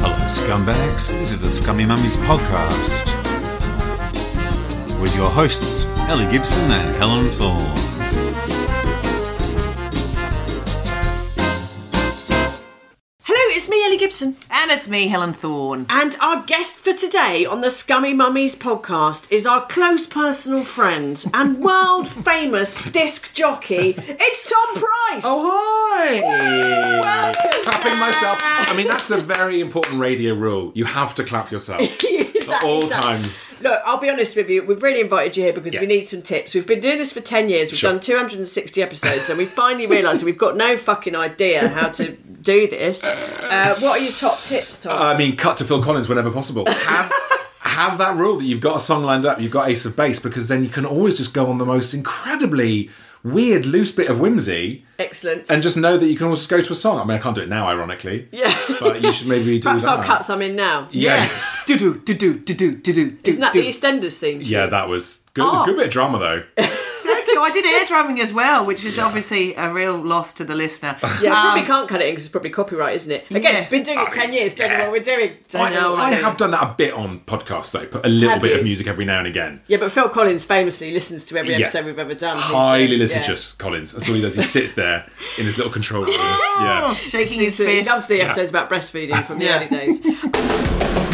Hello, scumbags. This is the Scummy Mummies podcast with your hosts, Ellie Gibson and Helen Thorne. Hello, it's me, Ellie Gibson. And it's me, Helen Thorne. And our guest for today on the Scummy Mummies podcast is our close personal friend and world famous disc jockey. It's Tom Price. Oh hi! Clapping myself. I mean, that's a very important radio rule. You have to clap yourself at all times. Look, I'll be honest with you. We've really invited you here because we Yeah. need some tips. We've been doing this for 10 years. We've Sure. done 260 episodes and we finally realised that we've got no fucking idea how to do this. Uh, what are your top tips, Tom? I mean, cut to Phil Collins whenever possible. Have have that rule that you've got a song lined up, you've got Ace of Base, because then you can always just go on the most incredibly weird, loose bit of whimsy, Excellent. and just know that you can always go to a song. I mean, I can't do it now, ironically. Yeah. But you should maybe do Perhaps that. I'll cut some in now. Yeah. Do do do do do do do do. Isn't that the EastEnders theme? Yeah, that was good. Oh. Good bit of drama though. Thank you. I did air drumming as well, which is obviously a real loss to the listener. Yeah, Um, probably can't cut it in because it's probably copyright, isn't it? Again, Yeah. been doing it 10 years, don't know what we're doing. Don't I, know what I we're have doing. done that a bit on podcasts though. Put a little Have bit you? of music every now and again. Yeah, but Phil Collins famously listens to every Yeah. episode we've ever done. highly He's- um, litigious Collins. That's all he does. He sits there in his little control room. Yeah. shaking Yeah. his So he fist. loves the episodes about breastfeeding from the Yeah. early days.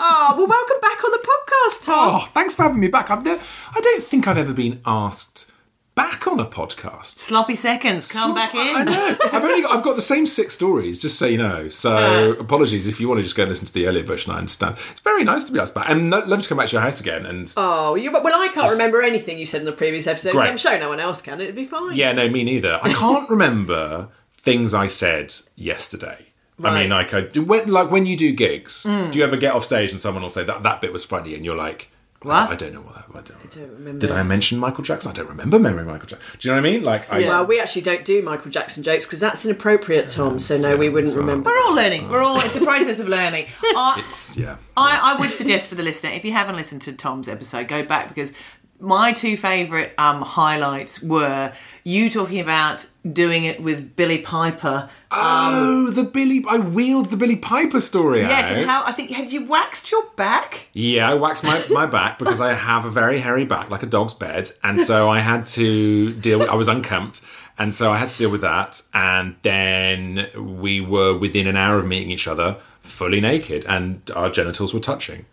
oh, well, welcome back on the podcast, Tom. Oh, thanks for having me back. I've ne- I don't think I've ever been asked back on a podcast. Sloppy seconds. Come back I in. know. I've only got, I've got the same six stories, just so you know. So apologies if you want to just go and listen to the earlier version. I understand. It's very nice to be asked back, and lo- love to come back to your house again. And Oh, you, well, I can't remember anything you said in the previous episode, so Great. I'm sure no one else can. It'd be fine. yeah, no, me neither. I can't remember things I said yesterday. I mean, like I when like when you do gigs, do you ever get off stage and someone will say that that bit was funny, and you're like. I What? d- I don't know what that. I don't, remember. Did I mention Michael Jackson? I don't remember remembering Michael Jackson. Do you know what I mean? Like, I, Well, we actually don't do Michael Jackson jokes because that's inappropriate, Tom. So no, we wouldn't remember. We're all learning. We're all. It's a process of learning. I, yeah. I, I would suggest for the listener, if you haven't listened to Tom's episode, go back because my two favourite um, highlights were you talking about doing it with Billy Piper. oh, the Billy! I wheeled the Billy Piper story Yes, out. and how I think have you waxed your back? Yeah, I waxed my, my back because I have a very hairy back, like a dog's bed, and so I had to deal with. I was unkempt, and so I had to deal with that. And then we were within an hour of meeting each other, fully naked, and our genitals were touching.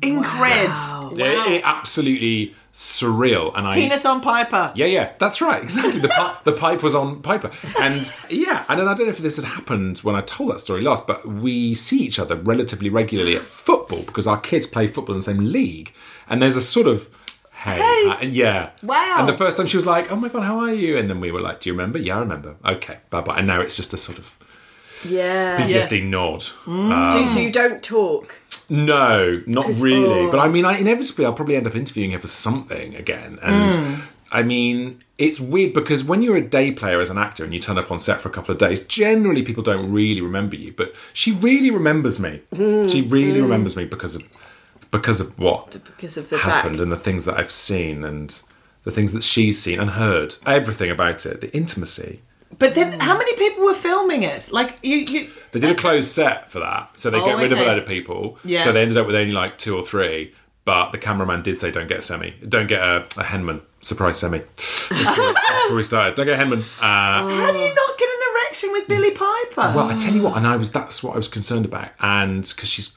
Increds. It, it absolutely surreal, and I Penis on Piper. Yeah, yeah, that's right. Exactly. The, pi- the pipe was on Piper. And yeah, and then I don't know if this had happened when I told that story last, but we see each other relatively regularly at football because our kids play football in the same league. And there's a sort of, hey, uh, yeah. Wow. And the first time she was like, oh my God, how are you? And then we were like, do you remember? Yeah, I remember. Okay, bye bye. And now it's just a sort of Yeah. PTSD nod. Do- so you don't talk. No, not Because- really. oh. But I mean, I, inevitably, I'll probably end up interviewing her for something again. And Hmm. I mean, it's weird because when you're a day player as an actor and you turn up on set for a couple of days, generally people don't really remember you. But she really remembers me. She really remembers me because of because of what because of Hmm. the happened back. and the things that I've seen and the things that she's seen and heard. Everything about it, the intimacy. But then Hmm. how many people were filming it? Like you, you They did a closed set for that, so they Oh, get rid of okay. a load of people. Yeah. So they ended up with only like two or three. But the cameraman did say, "Don't get a semi, don't get a, a Henman surprise semi." That's before, that's before we started. Don't get a Henman. Uh, how do you not get an connection with Billy Piper? Well, I tell you what, and I was that's what I was concerned about, and because she's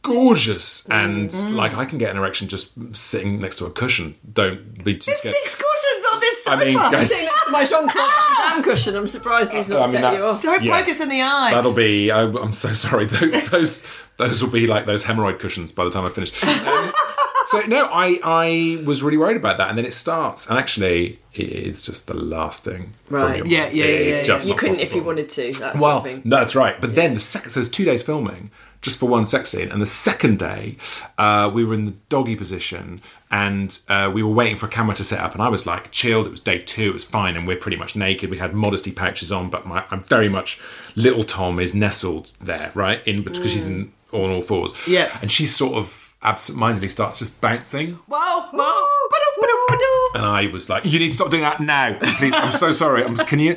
gorgeous, and Mm-hmm. like I can get an erection just sitting next to a cushion. Don't be too scared. Six cushions on this sofa. I mean, guys, That's my Jean Claude Van Damme cushion. I'm surprised he's not I mean set you off. that's Don't yeah. poke us in the eye. That'll be. I, I'm so sorry. Those, those those will be like those hemorrhoid cushions by the time I finish. Um, so no, I I was really worried about that, and then it starts, and actually, it is just the last thing. from Right. your Yeah, mind. yeah, It yeah, is yeah. just You not couldn't if possible. you wanted to. That's Well, something. no, that's right. But then the second, so it's two days filming just for one sex scene, and the second day uh, we were in the doggy position and uh, we were waiting for a camera to set up, and I was like chilled. It was day two, it was fine, and we're pretty much naked. We had modesty pouches on, but my, I'm very much little Tom is nestled there, right, in because she's Mm. in on all fours, Yeah. and she sort of absentmindedly starts just bouncing Whoa, Oh, whoa. Ba-dum, ba-dum, ba-dum. and I was like, "You need to stop doing that now, please." I'm so sorry. I'm, can you?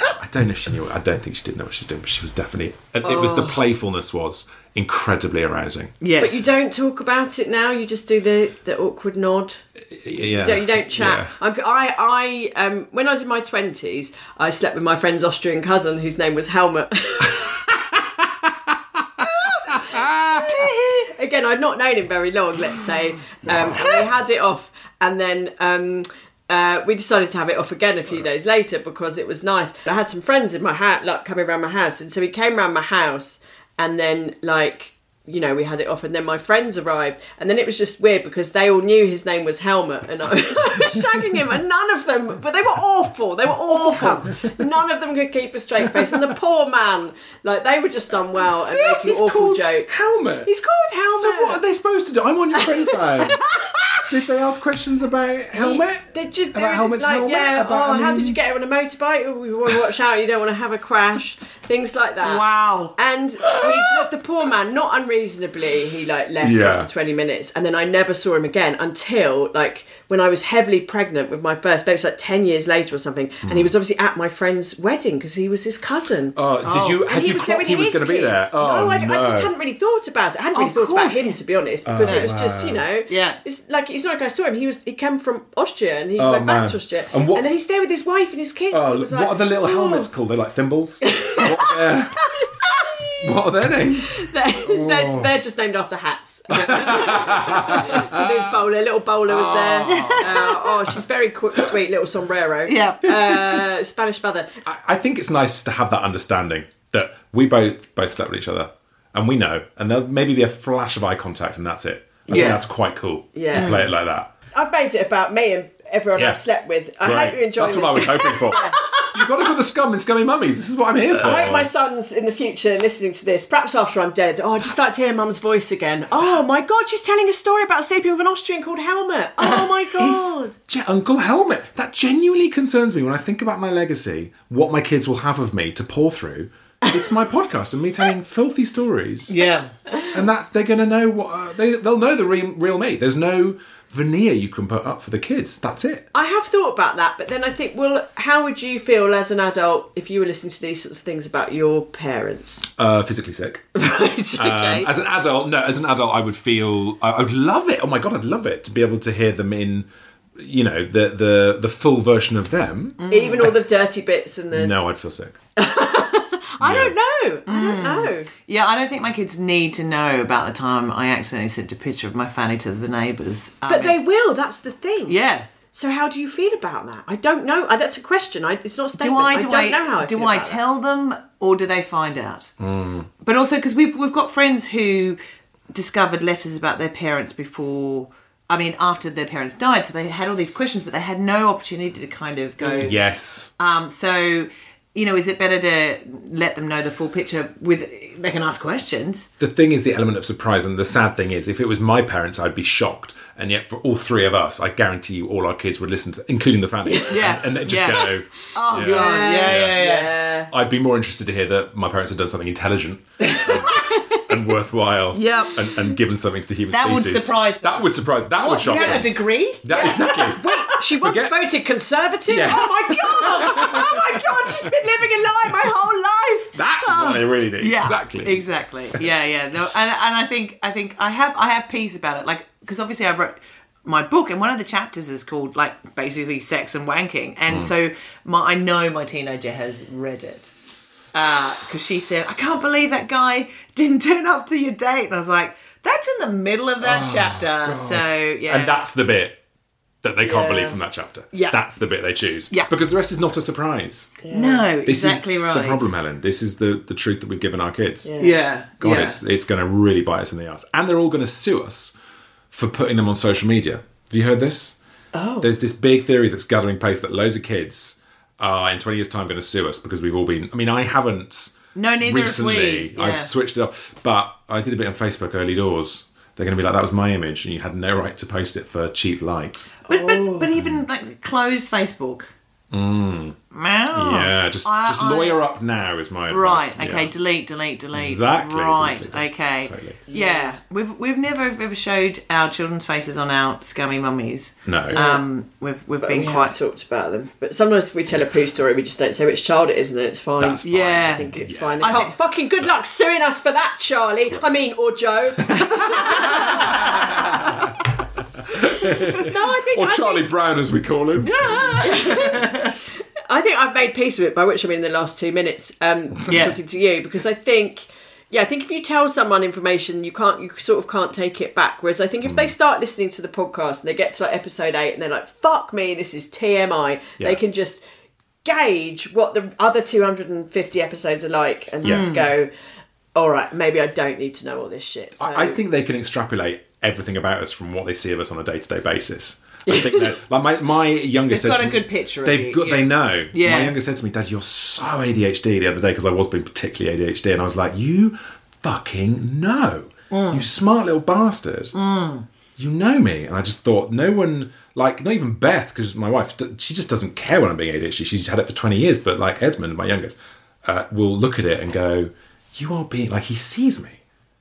I don't know if she knew. I don't think she did know what she was doing, but she was definitely. It, it was Oh. the playfulness was incredibly arousing. Yes. But you don't talk about it now. You just do the, the awkward nod. Yeah, No, you don't chat. I, I, I um, when I was in my twenties, I slept with my friend's Austrian cousin, whose name was Helmut. Again, I'd not known him very long. Let's say um, and we had it off, and then. Um, uh, we decided to have it off again a few days later because it was nice. I had some friends in my house, like coming around my house, and so he came round my house, and then like you know we had it off, and then my friends arrived, and then it was just weird because they all knew his name was Helmut, and I was shagging him, and none of them, but they were awful, they were awful, cunts. none of them could keep a straight face, and the poor man, like they were just unwell and making awful jokes. Helmet. He's called Helmut. so what are they supposed to do? I'm on your friend's side. Did they ask questions about helmet? They just about helmet's like, helmet? yeah. About, oh, I how mean- did you get here on a motorbike? Oh, you want to watch out. You don't want to have a crash. Things like that. Wow. And he, the poor man, not unreasonably, he like left Yeah. after twenty minutes, and then I never saw him again until like when I was heavily pregnant with my first baby, so like ten years later or something. And he was obviously at my friend's wedding because he was his cousin. Hmm. Oh, did you? And Had you was there with clocked he was his going to be there? kids. Oh no, I, no. I just hadn't really thought about it. I hadn't really Of thought about course, him to be honest, Oh, because it was just you know, Yeah. It's like it's not like I saw him. He was he came from Austria and he Oh, went man. back to Austria, And and, what- then he's there with his wife and his kids. Oh, It was what like, are the little oh. helmets called? They're like thimbles. what, are their, what are their names? They're, Oh. they're, they're just named after hats. so there's Bowler, little Bowler was there. Uh, oh, she's very qu- sweet, little sombrero. yeah. Uh, Spanish mother. I, I think it's nice to have that understanding that we both both slept with each other, and we know, and there'll maybe be a flash of eye contact, and that's it. I think Yeah. that's quite cool. Yeah. to play it like that. I've made it about me and everyone Yeah. I've slept with. I Great. hope you enjoy That's this. what I was hoping for. You've got to put the scum in scummy mummies. This is what I'm here for. I Uh, hope my son's in the future listening to this. Perhaps after I'm dead. Oh, I'd just like to hear Mum's voice again. Oh my God, she's telling a story about sleeping with an Austrian called Helmut. Uh, Oh my God. He's Ge- Uncle Helmet. That genuinely concerns me when I think about my legacy, what my kids will have of me to pour through. It's my podcast and me telling filthy stories. yeah. and that's they're going to know what uh, they they'll know the real, real me. There's no veneer you can put up for the kids. That's it. I have thought about that, but then I think, well, how would you feel as an adult if you were listening to these sorts of things about your parents? Uh, physically sick. Right, Um, okay. As an adult, no. As an adult, I would feel I, I would love it. Oh my god, I'd love it to be able to hear them in, you know, the the the full version of them. Even all the dirty bits and Mm-hmm. the. No, I'd feel sick. I don't know. I don't Mm. know. Yeah, I don't think my kids need to know about the time I accidentally sent a picture of my fanny to the neighbours. I But mean, they will. That's the thing. Yeah. So how do you feel about that? I don't know. Uh, That's a question. I, it's not a Do statement. I, do don't I, know how I do feel I about that. tell them or do they find out? But also because we've we've got friends who discovered letters about their parents before. I mean, after their parents died, so they had all these questions, but they had no opportunity to kind of go. Yes. Um, so, you know, is it better to let them know the full picture? With they can ask questions. the thing is the element of surprise and the sad thing is if it was my parents i'd be shocked and yet for all three of us i guarantee you all our kids would listen to including the family Yeah. and, and they'd just Yeah. go Oh Yeah. God! Yeah, yeah, yeah. Uh, i'd be more interested to hear that my parents had done something intelligent and- and worthwhile Yep. and, and given something to the human That would species surprise them. that would surprise that would What, you shock have a them degree? that, exactly She once Forget- voted conservative. Yeah. Oh my god! Oh my god! She's been living a lie my whole life. that is what i really need Yeah, exactly exactly. Yeah, yeah. No, and, and I think I think I have I have peace about it. Like because obviously I wrote my book, and one of the chapters is called Hmm. like basically sex and wanking, and so my I know my teenager has read it. because she said, I can't believe that guy didn't turn up to your date. And I was like, that's in the middle of that chapter. So, yeah. Oh, And that's the bit that they can't Yeah. believe from that chapter. Yeah. That's the bit they choose. Yeah. Because the rest is not a surprise. no, This exactly is right. the problem, Helen. This is the, the truth that we've given our kids. Yeah. God, yeah. it's, it's going to really bite us in the ass. And they're all going to sue us for putting them on social media. Have you heard this? Oh. There's this big theory that's gathering place that loads of kids are in 20 years' time going to sue us because we've all been. I mean, I haven't. No, neither have we. recently. Yeah. I've switched it up. But I did a bit on Facebook early doors. They're going to be like, that was my image, and you had no right to post it for cheap likes. But, Oh. but, but even like closed Facebook. Mm. yeah, just I- just I- lawyer up now is my advice. Right. Yeah. Okay. Delete. Delete. Delete. Exactly, Right. delete, delete, okay. totally. Yeah. We've we've never ever showed our children's faces on our scummy mummies. No. Um. We've we've been we quite. quite talked about them. But sometimes if we tell a poo story, we just don't say which child it is, and it's fine. That's fine. Yeah. I think it's fine. They I can't think- fucking good luck suing us for that, Charlie. I mean, or Joe. no, I think, or I, Charlie Brown, as we call him. Yeah. I think I've made peace with it, by which I mean the last two minutes um, from Yeah. talking to you, because I think. Yeah, I think if you tell someone information, you can't, you sort of can't take it back. Whereas I think if Mm. they start listening to the podcast and they get to like episode eight and they're like, "Fuck me, this is TMI," Yeah. they can just gauge what the other 250 episodes are like and just go, all right, maybe I don't need to know all this shit. So, I think they can extrapolate everything about us from what they see of us on a day to day basis. I think that, like my my youngest They've said got to a me- good picture of They've you, got yeah. they know. Yeah. My youngest said to me, "Dad, you're so ADHD." The other day because I was being particularly ADHD, and I was like, "You fucking know, Mm. you smart little bastard." you know me. And I just thought, no one, like, not even Beth, because my wife, d- she just doesn't care when I'm being ADHD. She's had it for 20 years. But, like, Edmund, my youngest, uh, will look at it and go, you are being, like, he sees me.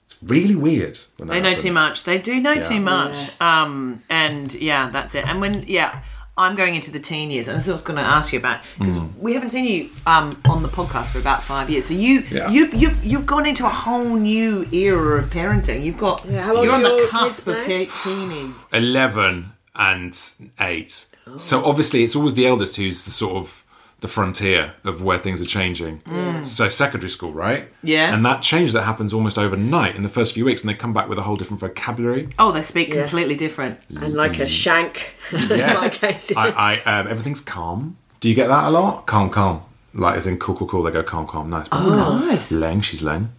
It's really weird. when that They know happens. too much. They do know too much. Um, and yeah, that's it. And when yeah, I'm going into the teen years, and this is what I was going to ask you about because Hmm. we haven't seen you um, on the podcast for about five years. So you Yeah. you've you've you've gone into a whole new era of parenting. You've got Yeah, how old you're are on the your cusp kids of now? te- teenage. 11 and 8. So Oh. obviously it's always the eldest who's the sort of the frontier of where things are changing. So secondary school, right? Mm. Yeah. And that change that happens almost overnight in the first few weeks and they come back with a whole different vocabulary. Oh, they speak completely different. and like a shank. Mm. Yeah. in my case. I, I um, everything's calm. Do you get that a lot? Calm, calm. Like as in cool, cool, cool. They go calm, calm, nice. Oh, But Nice. Leng, she's Leng.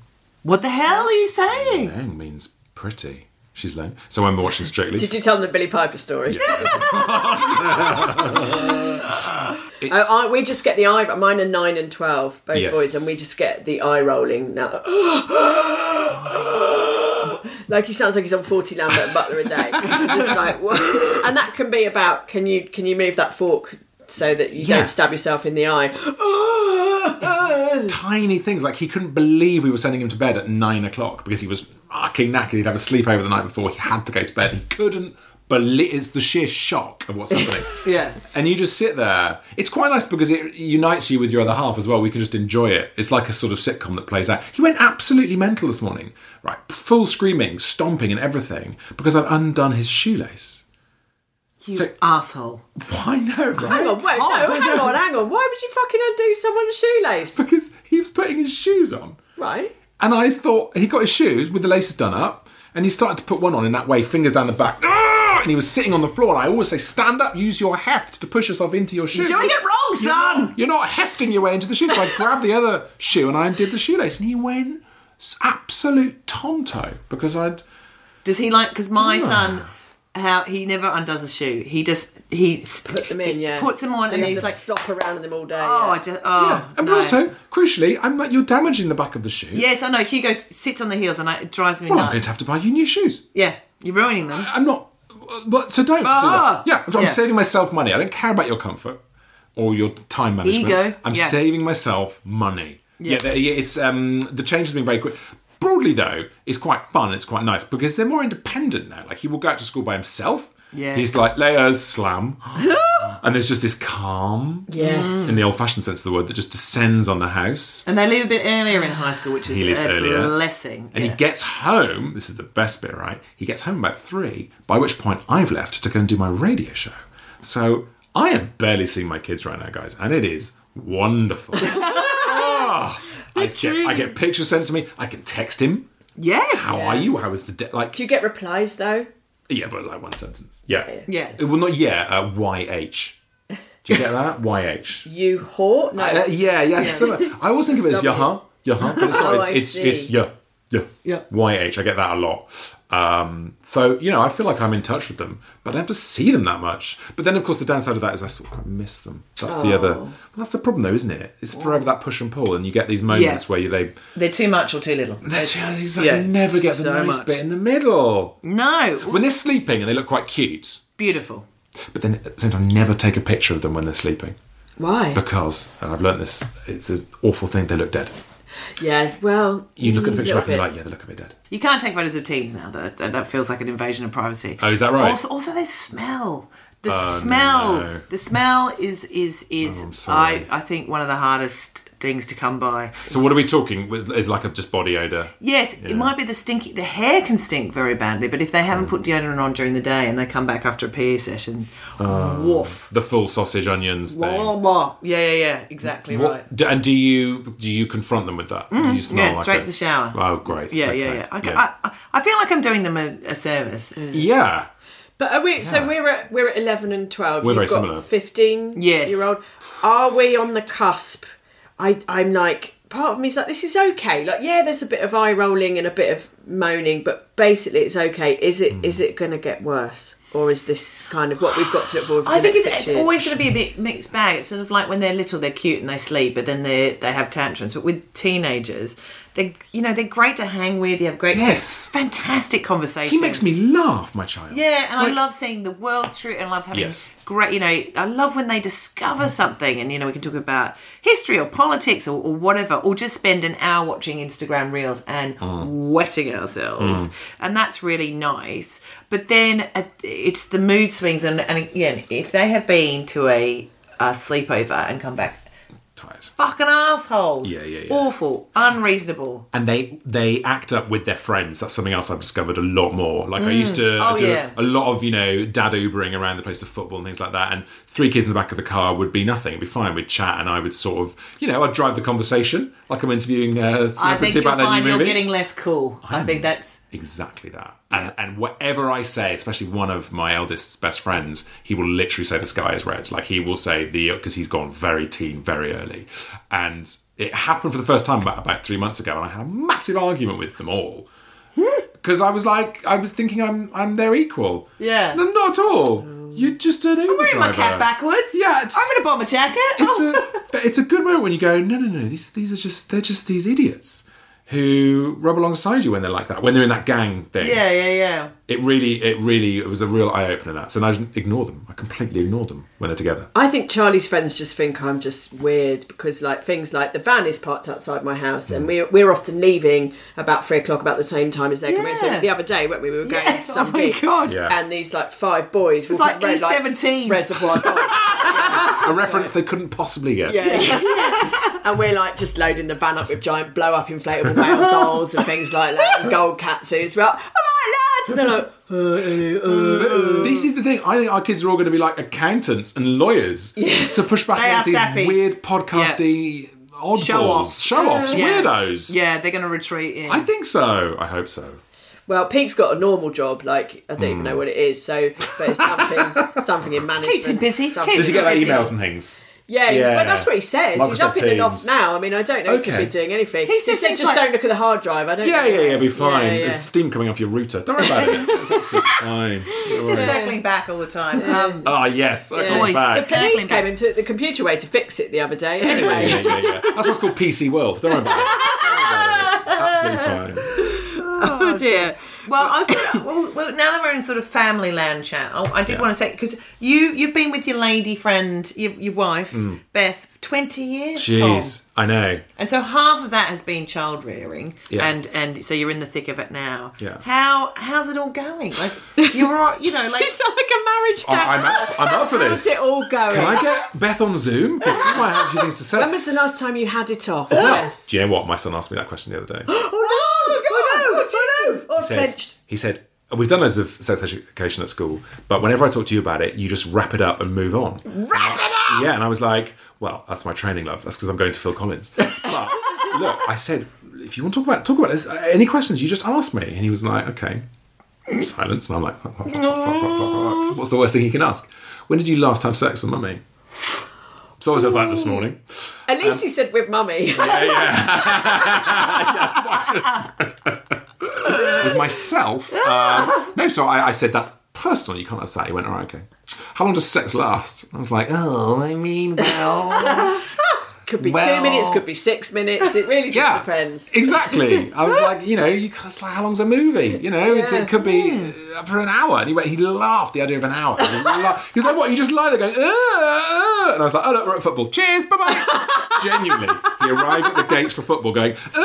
What the hell are you saying? Leng means pretty. She's Leng. So when we're watching Strictly, Did you tell them the Billy Piper story? it's, I, I, we just get the eye. Mine are nine and twelve, both Yes. boys, and we just get the eye rolling now. like he sounds like he's on forty Lambert and Butler a day. just like, what? and that can be about can you can you move that fork so that you Yeah. don't stab yourself in the eye? tiny things. Like he couldn't believe we were sending him to bed at nine o'clock because he was fucking knackered. He'd have a sleepover the night before. He had to go to bed. He couldn't believe it's the sheer shock of what's happening. Yeah. And you just sit there. It's quite nice because it unites you with your other half as well. We can just enjoy it. It's like a sort of sitcom that plays out. He went absolutely mental this morning, right? Full screaming, stomping, and everything because I'd undone his shoelace. You So- asshole. Why no, right? hang on, wait, no, hang on, hang on. Why would you fucking undo someone's shoelace? Because he was putting his shoes on. Right. And I thought he got his shoes with the laces done up, and he started to put one on in that way, fingers down the back. Ah! And he was sitting on the floor. And I always say, stand up, use your heft to push yourself into your shoe. You're doing it wrong, son. You're not hefting your way into the shoe. So I grabbed the other shoe and I undid the shoelace, and he went s- absolute tonto because I'd. Does he like? Because my Ah. son, how he never undoes a shoe. He just he Put them in, yeah. puts them on, So and you he's have to like, slop around in them all day. oh, yeah. I just oh. And no. also, crucially, I'm like, you're damaging the back of the shoe. yes, I know. Hugo s- sits on the heels, and I, it drives me Well, I'm nuts. going to have to buy you new shoes. Yeah, you're ruining them. I'm not. But so don't. do Ah! that. Yeah, so I'm Yeah. saving myself money. I don't care about your comfort or your time management. Ego, I'm yeah. saving myself money. Yeah, the- yeah, it's um, the change has been very quick. Broadly though, it's quite fun. It's quite nice because they're more independent now. Like he will go out to school by himself. Yeah. He's like layers slam, and there's just this calm yes. in the old-fashioned sense of the word that just descends on the house. And they leave a bit earlier in high school, which is He leaves a earlier. blessing. And yeah. he gets home. This is the best bit, right? He gets home about three, by which point I've left to go and do my radio show. So I am barely seeing my kids right now, guys, and it is wonderful. Oh, Ah, I get, I get pictures sent to me. I can text him. Yes. How are you? How is the day? Like, Do you get replies though? yeah, but like one sentence. Yeah. Yeah. Uh, Well, not yeah. Uh, YH. Do you get that? YH. You whore? No. Uh, yeah, yeah. similar. I always think of it as yaha, yaha, but it's not. Oh, I it's, see. it's it's yeah, yeah, Yeah. YH. I get that a lot. Um, so you know, I feel like I'm in touch with them, but I don't have to see them that much. But then, of course, the downside of that is I sort of miss them. That's the other. Well, that's the problem, though, isn't it? It's forever that push and pull, and you get these moments where you they. They're too much or too little. That's, you know, it's like yeah, you never get the so nice much. bit in the middle No. when they're sleeping and they look quite cute. Beautiful. But then at the same time, never take a picture of them when they're sleeping Why? because, and I've learnt this, it's an awful thing. They look dead. yeah. Well, You look at the a picture little back and you're bit. like, yeah, they look a bit dead. You can't take photos of teens now. That that- that feels like an invasion of privacy. Oh, is that right? Oh, Also, also they smell. The smell. no. Oh, The smell is is is I'm I sorry. I think one of the hardest things to come by. So what are we talking? with- Is like a just body odor. Yes, it might be the stinky. The hair can stink very badly, but if they Mm. haven't put deodorant on during the day and they come back after a PE session, Oh, woof. The full sausage onions thing. Wah, wah. Yeah, yeah, yeah. Exactly What- right. Mm, d- and do you do you confront them with that? Do you smell yeah, like straight it? to the shower. Oh, great. Yeah, Okay. yeah, yeah. I, I, I feel like I'm doing them a, a service. Mm. Yeah. But are we? So we're at we're at eleven and twelve. We're You've very got similar. Fifteen. Yes. Year old. Are we on the cusp? I I'm like part of me's like this is okay. Like yeah, there's a bit of eye rolling and a bit of moaning, but basically it's okay. Is it is Hmm. it going to get worse? Or is this kind of what we've got to avoid? For I the think next it's, six it's years? always going to be a bit mixed bag. It's sort of like when they're little, they're cute and they sleep, but then they they have tantrums. But with teenagers, they you know they're great to hang with. You have great, Yes. fantastic conversations. He makes me laugh, my child. Yeah, and I love seeing the world through, and I love having Yes. great. You know, I love when they discover something, and you know, we can talk about history or politics or, or whatever, or just spend an hour watching Instagram reels and Oh. wetting ourselves, Mm. and that's really nice. But then uh, it's the mood swings, and, and again, if they have been to a, a sleepover and come back. Tired. Fucking assholes. Yeah, yeah, yeah. Awful. Unreasonable. and they they act up with their friends. That's something else I've discovered a lot more. Like I used to I Oh, do yeah. a lot of you know dad Ubering around the place to football and things like that. And three kids in the back of the car would be nothing. It'd be fine. We'd chat, and I would sort of you know I'd drive the conversation like I'm interviewing a celebrity I think you'll about their find new you're movie. getting less cool. I think that's Exactly that. And and whatever I say, especially one of my eldest's best friends, he will literally say the sky is red. Like he will say the because he's gone very teen very early, and it happened for the first time about, about three months ago, and I had a massive argument with them all Hmm. because I was like I was thinking I'm I'm their equal. Yeah. Oh. and I'm not at all. You're just an Uber wearing my driver. cap backwards. Yeah, it's- I'm in a bomber jacket. It's Oh. a but it's a good moment when you go no no no these these are just they're just these idiots. Who rub alongside you when they're like that? When they're in that gang thing, Yeah, yeah, yeah. it really, it really, it was a real eye opener. That so now I just ignore them. I completely ignore them when they're together. I think Charlie's friends just think I'm just weird because like things like the van is parked outside my house Mm. and we're we're often leaving about three o'clock about the same time as they're coming. in. Yeah. So the other day when we were going Yes, to oh some my gig, God. Yeah. and these like five boys it's like E17. reservoir Dogs. A reference they couldn't possibly get. Yeah. and we're like just loading the van up with giant blow up inflatable whale dolls and things like that and gold catsuits. We're like, all right lads and they're like "Uh, But This is the thing. I think our kids are all going to be like accountants and lawyers to push back They are against these saffies. weird podcasty oddballs, Show-offs. show-offs, Yeah. weirdos. Yeah, they're going to retreat in. I think so. I hope so. Well, Pete's got a normal job, like I don't even Hmm. know what it is, so but it's something something in management. Keeps him busy, something- Does keeps he get like Yeah. emails and things? Yeah, he's- Yeah. well, that's what he says. he's Microsoft up in and off Teams. now. I mean, I don't know he could Okay. be doing anything. He He, says said, things just like- don't look at the hard drive. I don't. Yeah, know. yeah, yeah. Be fine. Yeah, yeah. There's steam coming off your router. Don't worry about it. It's absolutely fine. It's just circling back all the time. Um, Ah, yes. I Always back. The police Circling back. came and took the computer away to fix it the other day. Yeah, Anyway, yeah, yeah, yeah. That's what's called PC World. Don't worry about it. Don't worry about it. It's absolutely fine. oh dear. well, I was gonna, well, well, now that we're in sort of family land chat, I, I did want to say because you you've been with your lady friend, your, your wife Mm. Beth, twenty years. Tom. Jeez, I know. And so half of that has been child rearing, Yeah. and and so you're in the thick of it now. Yeah. How how's it all going? Like you're all- you know like You sound like a marriage I, counsellor. I'm, up, I'm up for this. How's it all going? Can I get Beth on Zoom? Because she might have a few things to say. When was the last time you had it off? yes. Do you know what? My son asked me that question the other day. Or He said- clenched. He said, We've done loads of sex education at school, but whenever I talk to you about it, you just wrap it up and move on. Wrap it up! Yeah, and I was like, Well, that's my training love. That's because I'm going to Phil Collins. But look, I said, if you want to talk about talk about this, uh, any questions, you just ask me. And he was like, okay. Silence. And I'm like, what's the worst thing he can ask? When did you last have sex with mummy? So obviously, I was like this morning. At um, least he said with mummy. with myself. Um, no, so I, I said that's personal. You can't ask that. He went, all right, okay. How long does sex last? I was like, oh, I mean, well, could be Well- two minutes, could be six minutes. It really just yeah, depends. exactly. I was like, you know, you can't it's like how long's a movie? You know, it's, it could be uh, for an hour. And he went, he laughed the idea of an hour. He, la- he was like, what? You just lie there going, uh, uh. and I was like, oh look, we're at football. Cheers, bye bye. Genuinely, he arrived at the gates for football, going uh,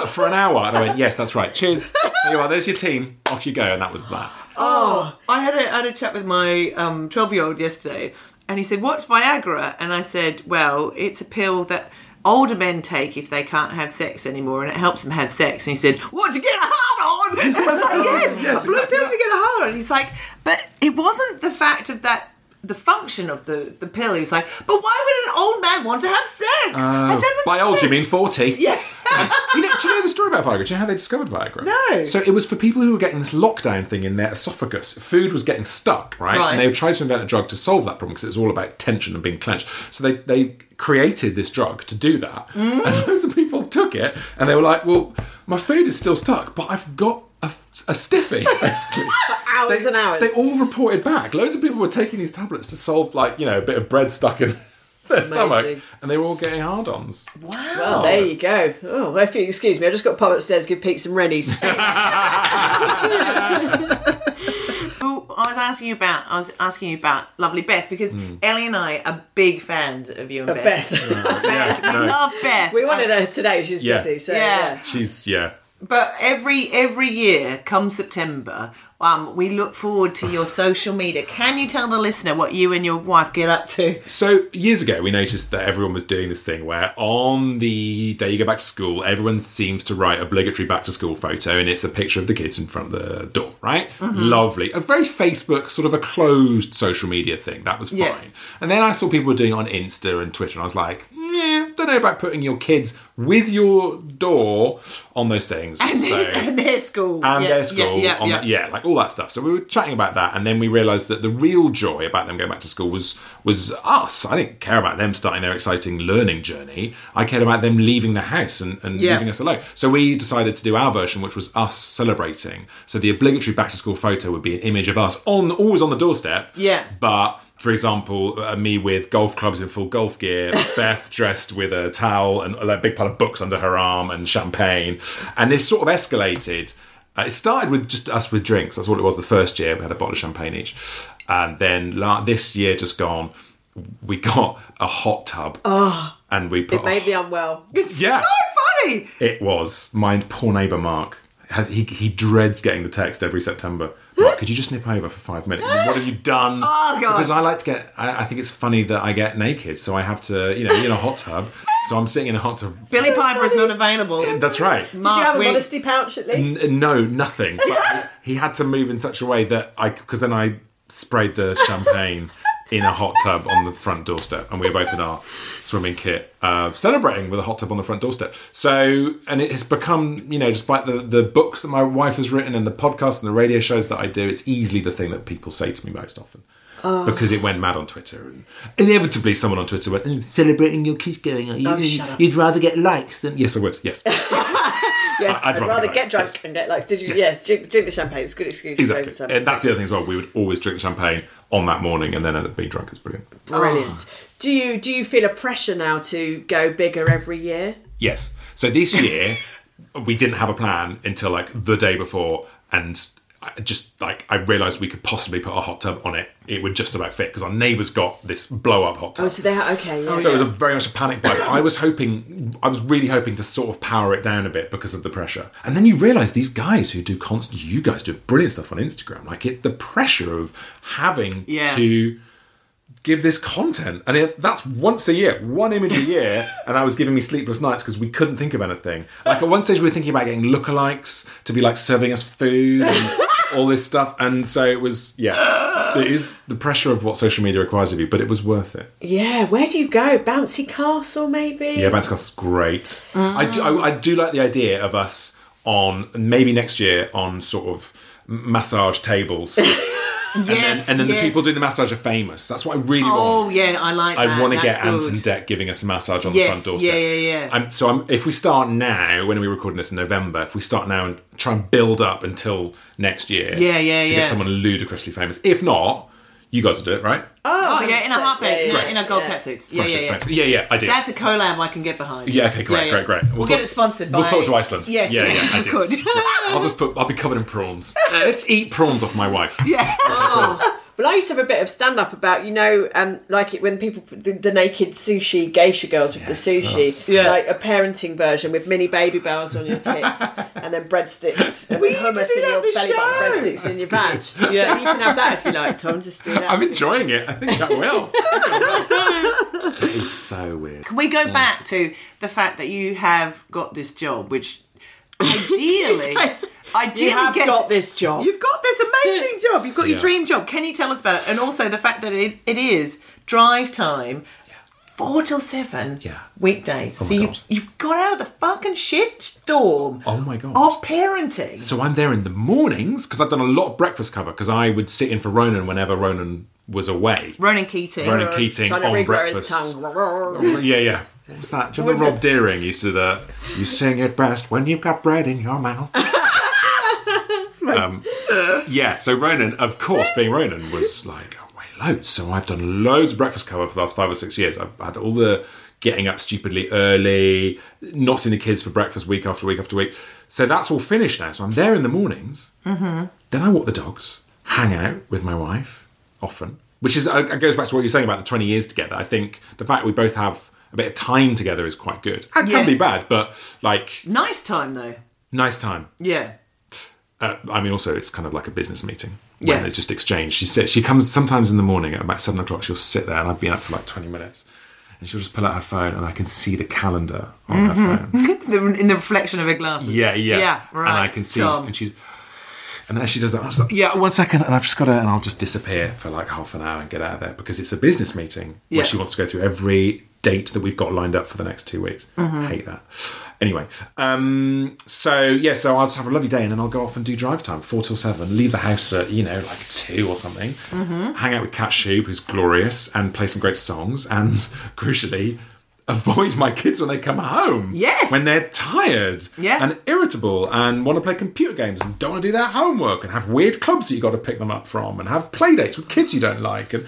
uh, for an hour, and I went, yes, that's right. Cheers. There you are. There's your team. Off you go. And that was that. Oh, I had a, I had a chat with my um, 12 year old yesterday, and he said, What's Viagra? And I said, Well, it's a pill that older men take if they can't have sex anymore, and it helps them have sex. And he said, What, to get a hard on? And I was like, Yes, Oh, Yes, a blue exactly pill to that. get a hard on. And he's like, But it wasn't the fact of that. The function of the, the pill. He was like, but why would an old man want to have sex? I don't Uh, By old, you mean forty? Yeah. you know, do you know the story about Viagra? Do you know how they discovered Viagra? No. So it was for people who were getting this lockdown thing in their esophagus. Food was getting stuck, right? Right. And they tried to invent a drug to solve that problem because it was all about tension and being clenched. So they, they created this drug to do that. Mm. And loads of people took it and they were like, well, my food is still stuck, but I've got a, a stiffy, basically. Hours They- and hours. They all reported back. Loads of people were taking these tablets to solve, like, you know, a bit of bread stuck in their stomach. Amazing. And they were all getting hard ons. Well, Oh. there you go. Oh, if you excuse me, I just got to pop upstairs give Pete some Rennies. Well, I was asking you about I was asking you about lovely Beth because Hmm. Ellie and I are big fans of you and Of Beth. Beth. Yeah, no. We love Beth. We wanted her today. She's Yeah. busy. So, Yeah. yeah. She's, yeah. Um, But every every year, come September, um, we look forward to your social media. Can you tell the listener what you and your wife get up to? So years ago, we noticed that everyone was doing this thing where on the day you go back to school, everyone seems to write obligatory back to school photo, and it's a picture of the kids in front of the door. Right? Mm-hmm. Lovely. A very Facebook sort of a closed social media thing. That was fine. Yeah. And then I saw people were doing it on Insta and Twitter, and I was like, yeah, don't know about putting your kids with your door on those things. so and their school. and Yeah, their school, Yeah, yeah, on yeah. that- yeah, like all that stuff. So we were chatting about that, and then we realised that the real joy about them going back to school was was us. I didn't care about them starting their exciting learning journey. I cared about them leaving the house and, and Yeah. leaving us alone. So we decided to do our version, which was us celebrating. So the obligatory back to school photo would be an image of us on always on the doorstep. Yeah. but. For example, uh, me with golf clubs in full golf gear, Beth dressed with a towel and a big pile of books under her arm and champagne. And this sort of escalated. Uh, it started with just us with drinks. That's what it was the first year. We had a bottle of champagne each. And then la- this year, just gone, we got a hot tub. and we put. It made me unwell. yeah. So funny. It was my poor neighbour Mark. Has, he, he dreads getting the text every September. Mark, could you just nip over for five minutes? What have you done? Oh, God. Because I like to get. I, I think it's funny that I get naked, so I have to, you know, in a hot tub. So I'm sitting in a hot tub. Billy Piper is not available. That's right. Did you have a we- modesty pouch at least? N- no, nothing. But he had to move in such a way that I, because then I sprayed the champagne in a hot tub on the front doorstep, and we were both in our swimming kit, uh, celebrating with a hot tub on the front doorstep. So, and it has become, you know, despite the the books that my wife has written and the podcasts and the radio shows that I do, it's easily the thing that people say to me most often. Because it went mad on Twitter, and inevitably someone on Twitter went, "Mm, celebrating your kiss going on. You, shut up. would rather get likes than Oh, "Yes, I would. Yes, Yes, I- I'd I'd, rather rather, get get drunk likes, yes. and get likes. Did you? Yes. Yes, drink, drink the champagne. It's a good excuse. to drink exactly." the champagne. And that's the other thing as well. We would always drink champagne on that morning, and then end up being drunk. It's brilliant. brilliant. Do you do you feel a pressure now to go bigger every year? Yes. So this year, we didn't have a plan until like the day before, and I just like I realised we could possibly put a hot tub on it. It would just about fit because our neighbours got this blow up hot tub. Oh, so they okay. Yeah. So it was a very much a panic buy. But I was hoping, I was really hoping to sort of power it down a bit because of the pressure. And then you realise these guys who do constant, you guys do brilliant stuff on Instagram. Like it's the pressure of having Yeah. to give this content. And it, that's once a year, one image a year. and I was giving me sleepless nights because we couldn't think of anything. Like at one stage, we were thinking about getting lookalikes to be like serving us food and all this stuff. And so it was, yeah, it is the pressure of what social media requires of you, but it was worth it. Yeah, where do you go? Bouncy Castle, maybe? Yeah, Bounce Castle's great. I, do, I, I do like the idea of us on maybe next year on sort of massage tables. Yes, And then, and then yes. the people doing the massage are famous. That's what I really want. Oh yeah, I like. I that. want to get That's Anton good. Deck giving us a massage on Yes, the front doorstep. yeah, yeah, yeah. I'm, so I'm, if we start now, when are we recording this in November? If we start now and try and build up until next year, Yeah, yeah, to yeah. get someone ludicrously famous. If not, you guys will do it, right? Oh yeah, in 100%, a yeah, heartbeat, in, yeah, a, in a gold yeah. catsuit. Yeah, Smash yeah, it, yeah. thanks. yeah, yeah. I do. That's a collab I can get behind. Yeah, okay, great, Yeah, yeah. great, great. We'll, get it sponsored. We'll by- talk to Iceland. Yes, yeah, yes, yeah. I you do. could. I'll just put. I'll be covered in prawns. Let's eat prawns off my wife. Yeah. Well, I used to have a bit of stand up about, you know, um, like it, when people, the, the naked sushi geisha girls with the yes. sushi, Yeah. like a parenting version with mini baby bells on your tits and then breadsticks and We then used hummus to do in that your on the belly button, show. breadsticks in your bag. So you can have that if you like, Tom. Just do that. I'm enjoying it. I think I will. it's so weird. Can we go back to the fact that you have got this job, which ideally, say- ideally You have gets- got this job. You've got this amazing job. You've got your Yeah. dream job. Can you tell us about it? And also the fact that it, it is drive time, four till seven Yeah. Oh weekdays. my so you, God. you've got out of the fucking shit storm Oh my God. of parenting. So I'm there in the mornings because I've done a lot of breakfast cover because I would sit in for Ronan whenever Ronan was away. Ronan Keating. Ronan Keating Trying to on regrow his breakfast. tongue. Yeah, yeah. What was that? Do you remember Rob Deering used to the "You sing it best when you've got bread in your mouth." um, yeah. So Ronan, of course, being Ronan, was like away loads. So I've done loads of breakfast cover for the last five or six years. I've had all the getting up stupidly early, not seeing the kids for breakfast week after week after week. So that's all finished now. So I'm there in the mornings. Then I walk the dogs, hang out with my wife often, which is uh, goes back to what you're saying about the 20 years together. I think the fact we both have a bit of time together is quite good. It can Yeah. be bad, but like Nice time though. nice time. Yeah. Uh, I mean, also it's kind of like a business meeting when Yeah. they just exchange. She sits. She comes sometimes in the morning at about seven o'clock. She'll sit there, and I've been up for like 20 minutes, and she'll just pull out her phone, and I can see the calendar on her phone. The- in the reflection of her glasses. Yeah, yeah. Yeah, right. And I can see, Tom. and she's, and then she does that. and I'm just like, yeah, one second, and I've just got to, and I'll just disappear for like half an hour and get out of there because it's a business meeting Yeah. where she wants to go through every date that we've got lined up for the next two weeks. I hate that. Anyway, um, so yeah, so I'll just have a lovely day, and then I'll go off and do drive time, four till seven. Leave the house at you know like two or something. Hang out with Cat Shoup, who's glorious, and play some great songs, and crucially. Avoid my kids when they come home. Yes. When they're tired Yeah. and irritable and want to play computer games and don't want to do their homework and have weird clubs that you got to pick them up from and have play dates with kids you don't like and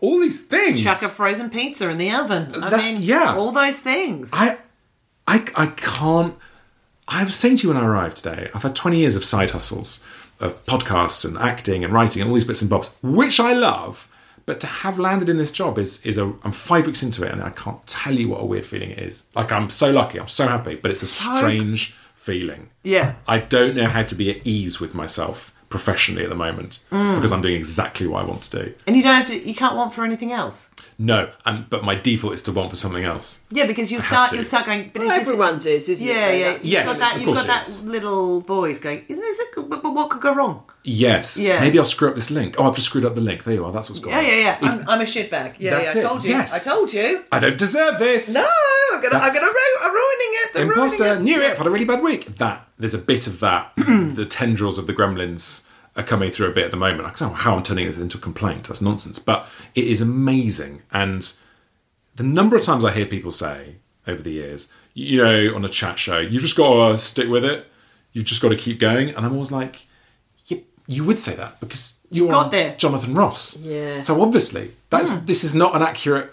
all these things. Chuck a frozen pizza in the oven. I That- mean, yeah. all those things. I, I, I can't. I was saying to you when I arrived today, I've had 20 years of side hustles, of podcasts and acting and writing and all these bits and bobs, which I love. But to have landed in this job is is a. I'm five weeks into it and I can't tell you what a weird feeling it is. Like I'm so lucky, I'm so happy, but it's a strange feeling. Yeah. I don't know how to be at ease with myself professionally at the moment because I'm doing exactly what I want to do. And you don't have to. You can't want for anything else. No, and but my default is to want for something else. Yeah, because you'll I have start. to. You'll start going. But is this- Everyone's is, isn't Yeah, it? yeah. That's- You've Yes, got that, of you've got course that it is. little voice going. Isn't this a, but, but what could go wrong? Yes. Yeah. Maybe I'll screw up this link. Oh, I've just screwed up the link. There you are. That's what's going Yeah, on. yeah, yeah. It's- I'm, I'm a shitbag. Yeah, That's yeah. I it. told you. Yes. I told you. I don't deserve this. No, I'm gonna, That's- I'm gonna. ru- I'm ruining it. I'm Imposter. ruining it. Knew Yeah. it. I've had a really bad week. That there's a bit of that. the tendrils of the gremlins are coming through a bit at the moment. I don't know how I'm turning this into a complaint. That's nonsense. But it is amazing. And the number of times I hear people say over the years, you know, on a chat show, you've just got to stick with it. You've just got to keep going. And I'm always like, you, you would say that because you're Got on there. Hmm. Jonathan Ross. Yeah. So obviously, that's this is not an accurate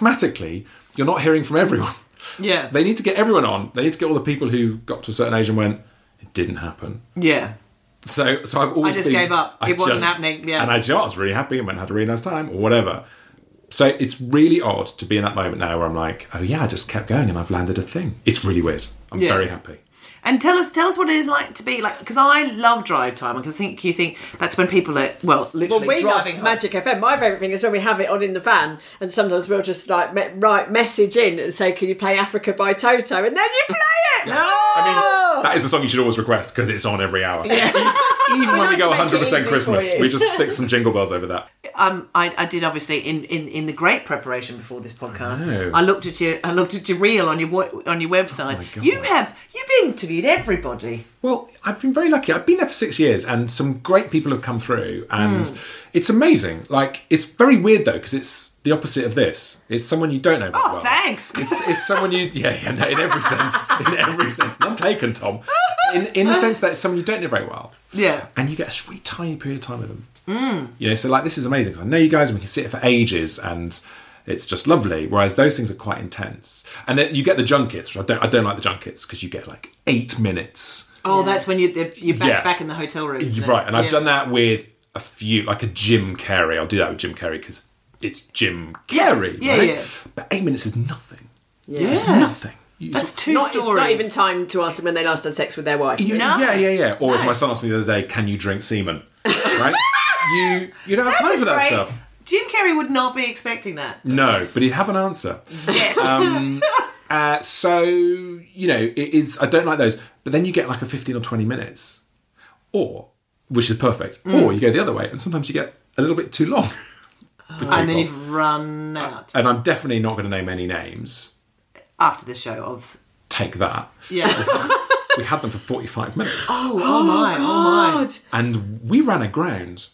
mathematically. You're not hearing from everyone. Yeah. They need to get everyone on. They need to get all the people who got to a certain age and went, it didn't happen. Yeah. So, so I've always I just been- gave up. I It wasn't just- happening, yeah. and I, just, I was really happy and went and had a really nice time or whatever. So it's really odd to be in that moment now where I'm like, oh yeah, I just kept going and I've landed a thing. It's really weird. I'm Yeah. very happy. And tell us, tell us what it is like to be like, because I love drive time. Because I think you think that's when people are well, Well, literally we love driving. home. Magic FM. My favourite thing is when we have it on in the van, and sometimes we'll just like me- write message in and say, "Can you play Africa by Toto?" And then you play it. Oh. I mean, that is the song you should always request because it's on every hour. Even when we go like to make it 100% easy Christmas, for you. we just stick some jingle bells over that. um, I, I did obviously in, in, in the great preparation before this know. Oh podcast. I, looked at your I looked at your reel on your wo- on your website. you have you've interviewed everybody. Well, I've been very lucky. I've been there for six years, and some great people have come through, and Hmm. it's amazing. Like, it's very weird though, because it's the opposite of this. It's someone you don't know. very Oh, well. thanks. It's it's someone you yeah, yeah no, in every sense, in every sense, not taken, Tom. In in the sense that it's someone you don't know very well. Yeah. Hmm. and you get a s- really tiny period of time with them. You know, so like this is amazing 'cause I know you guys and we can sit here for ages and it's just lovely. Whereas those things are quite intense, and then you get the junkets, which I don't I don't like the junkets because you get like eight minutes. Oh, that's when you they're- you're back Yeah. to back in the hotel room. isn't You're it? right, and Yeah. I've done that with a few, like a Jim Carrey. I'll do that with Jim Carrey because it's Jim Carrey, Yeah, right? yeah. But eight minutes is nothing. Yeah. It's nothing. You- That's two Not, it's stories. not even time to ask them when they last had sex with their wife. you- No. Yeah, yeah, yeah. Or as my son asked me the other day, can you drink semen? Right? you you don't have time for that Great. stuff. Jim Carrey would not be expecting that. No, but he'd have an answer. Yes. Uh, so you know, it is. I don't like those. But then you get like a fifteen or twenty minutes, or which is perfect. Mm. Or you go the other way, and sometimes you get a little bit too long. with and then people. you've run out and I'm definitely not going to name any names. Uh, after the show. Obviously. Take that. Yeah. We had them for 45 minutes, Oh, oh my! Oh my! and we ran aground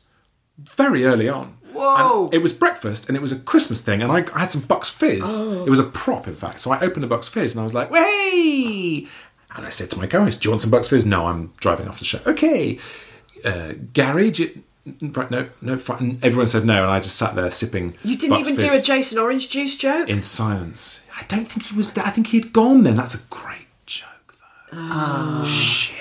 very early on. Whoa. And it was breakfast, and it was a Christmas thing, and I, I had some Bucks Fizz. Oh. It was a prop, in fact. So I opened a Bucks Fizz, and I was like, "Hey!" And I said to my co-host, "Do you want some Bucks Fizz?" No, I'm driving after the show. Okay. Uh, Gary, do you- Right, no, no, fine. And everyone said no, and I just sat there sipping. You didn't Bucks even Fizz. do a Jason Orange Juice joke. in silence. I don't think he was there. I think he'd gone then. That's a great joke, Ah. though. Shit.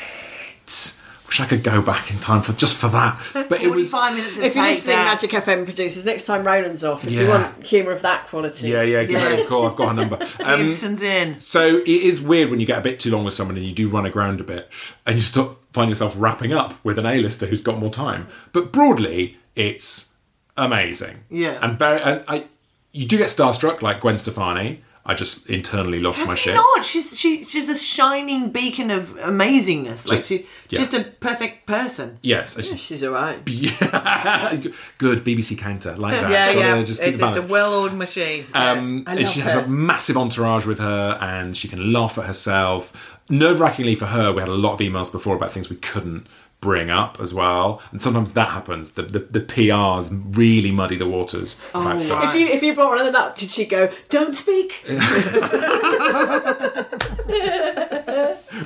Wish I could go back in time for just for that. But it was. Forty-five minutes. Of if you're take listening, that. Magic FM producers, next time Roland's off, if you Yeah. want humour of that quality, Yeah, yeah, give me a call. I've got her number. Um, Gibson's in. so it is weird when you get a bit too long with someone and you do run aground a bit and you start find yourself wrapping up with an A-lister who's got more time. But broadly, it's amazing. Yeah. And very and I you do get starstruck like Gwen Stefani. I just internally lost my How shit. can you Not she's she, she's a shining beacon of amazingness. Like Just- she, yeah. just a perfect person. Yes, I just she's all right. Yeah. good BBC counter like that. Gotta Just keep it's, the it's balance. a well-oiled machine. um, I and love she her. has a massive entourage with her, and she can laugh at herself. Nerve-wrackingly for her, we had a lot of emails before about things we couldn't bring up as well, and sometimes that happens. The the, the PRs really muddy the waters. about Oh, stuff. If you if you brought one of them up, did she go? Don't speak. Uh,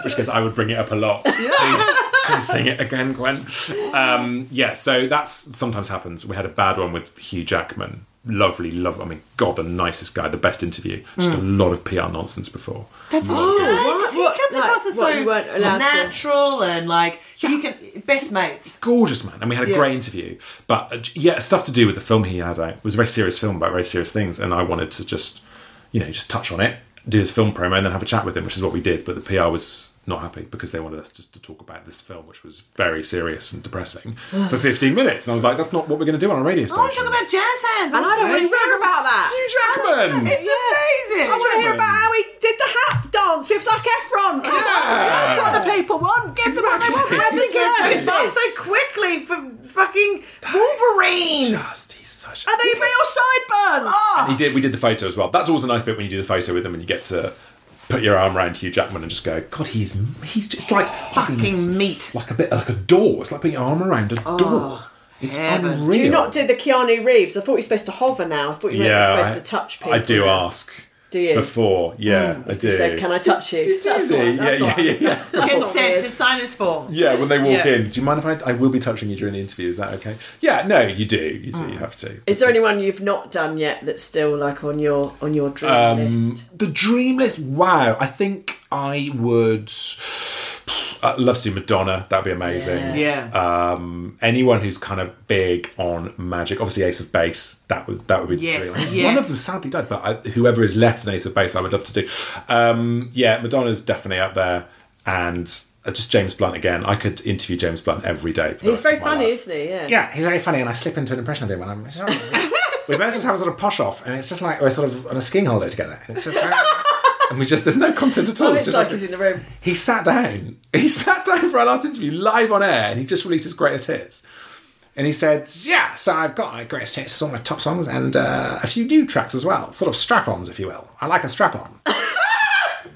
which case I would bring it up a lot. Please, please sing it again, Gwen. Um, yeah, so that's sometimes happens. We had a bad one with Hugh Jackman. Lovely, love. I mean, God, the nicest guy, the best interview. Just a lot of PR nonsense before. That's a shame what- 'cause he what- comes like, across as what, so you weren't allowed to- natural and like you can best mates. Gorgeous man, and we had a Yeah. great interview. But uh, yeah, stuff to do with the film he had out. It was a very serious film about very serious things, and I wanted to just, you know, just touch on it, do his film promo, and then have a chat with him, which is what we did. But the PR was not happy because they wanted us just to talk about this film, which was very serious and depressing, for 15 minutes. And I was like, that's not what we're going to do on a radio I station. want to talk about jazz hands. And I don't want really care about that. Hugh Jackman! It's amazing. I want to hear Jackman. about how he did the hat dance with Zac Efron. Come on, that's what the people want. Give them what they want. He Heads gets and so, services. so quickly for fucking Wolverine. Just, he's such. Are they real sideburns? And he did. We did the photo as well. That's always a nice bit when you do the photo with him and you get to put your arm around Hugh Jackman and just go, God, he's he's just like Fucking meat. like a bit like a door. It's like putting your arm around a door. It's heaven. unreal. Ah, Do not do the Keanu Reeves. I thought you were supposed to hover now. I thought you were yeah, supposed I, to touch people. I do ask. Do you? Before, yeah, I do. He said, "Can I touch you?" It's That's easy. all right, that's all yeah, right. yeah, yeah, yeah. Consent to sign this form. Yeah, when they walk Yeah. in, do you mind if I? I will be touching you during the interview. Is that okay? Yeah, no, you do. You do. You have to. Mm. Is there Because- anyone you've not done yet that's still like on your on your dream Um, list? The dream list. Wow, I think I would. I'd love to do Madonna. That'd be amazing. Yeah. Um, anyone who's kind of big on magic, obviously Ace of Base. That would that would be the Yes, dream. yes. One of them sadly died, but I, whoever is left in Ace of Base, I would love to do. Um, yeah, Madonna's definitely up there. and uh, just James Blunt again. I could interview James Blunt every day. For the He's rest of very my funny, life. isn't he? Yeah. Yeah, he's very funny, and I slip into an impression of him when I'm. oh, we both just have a sort of posh off, and it's just like we're sort of on a skiing holiday together, and it's just. and we just there's no content at all. Oh, it's it's just like he's in the room. he sat down. He sat down for our last interview live on air, and he just released his greatest hits. And he said, "Yeah, so I've got my greatest hits, some of my top songs, and uh, a few new tracks as well, sort of strap-ons, if you will. I like a strap-on."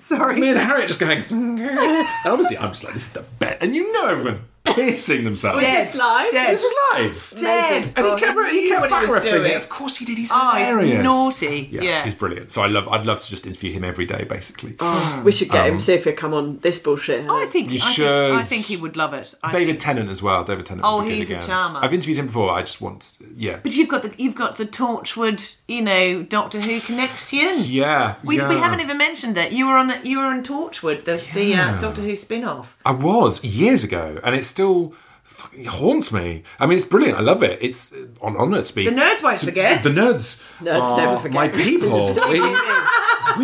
Sorry. Me and Harriet just going, "Mm, and obviously I'm just like, "This is the best," and you know everyone's piercing themselves. Dead. This live. Dead. This was live. Dead. And he Oh, kept, he knew kept what he back was referring doing. it. Of course he did. He's Oh, he's hilarious. naughty. Yeah. he's brilliant. So I love. I'd love to just interview him every day, basically. We should get Um, him. See if he'll come on this bullshit. I think You I should. Think, I think he would love it. I David think- Tennant as well. David Tennant. Oh, would be good he's a again. charmer. I've interviewed him before. I just want, yeah, But you've got the you've got the Torchwood, you know, Doctor Who connection. yeah. We, yeah. we haven't even mentioned that you were on the, you were in Torchwood, the, the Yeah. uh, Doctor Who spin-off. I was years ago, and it still fucking haunts me. I mean, it's brilliant. I love it. It's on honestly. The nerds won't forget. The nerds. Nerds are never forget. My people. we,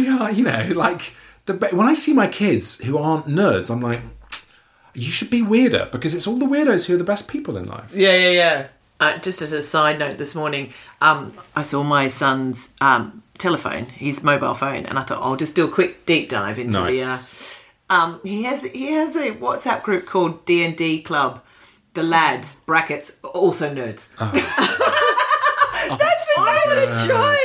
we are, you know, like the be- when I see my kids who aren't nerds, I'm like. You should be weirder because it's all the weirdos who are the best people in life. Yeah, yeah, yeah. Uh, just as a side note, this morning um, I saw my son's um, telephone, his mobile phone, and I thought I'll just do a quick deep dive into Nice. the. Uh, um, he has he has a WhatsApp group called D and D Club. The lads brackets also nerds. Uh, That's I would have enjoyed.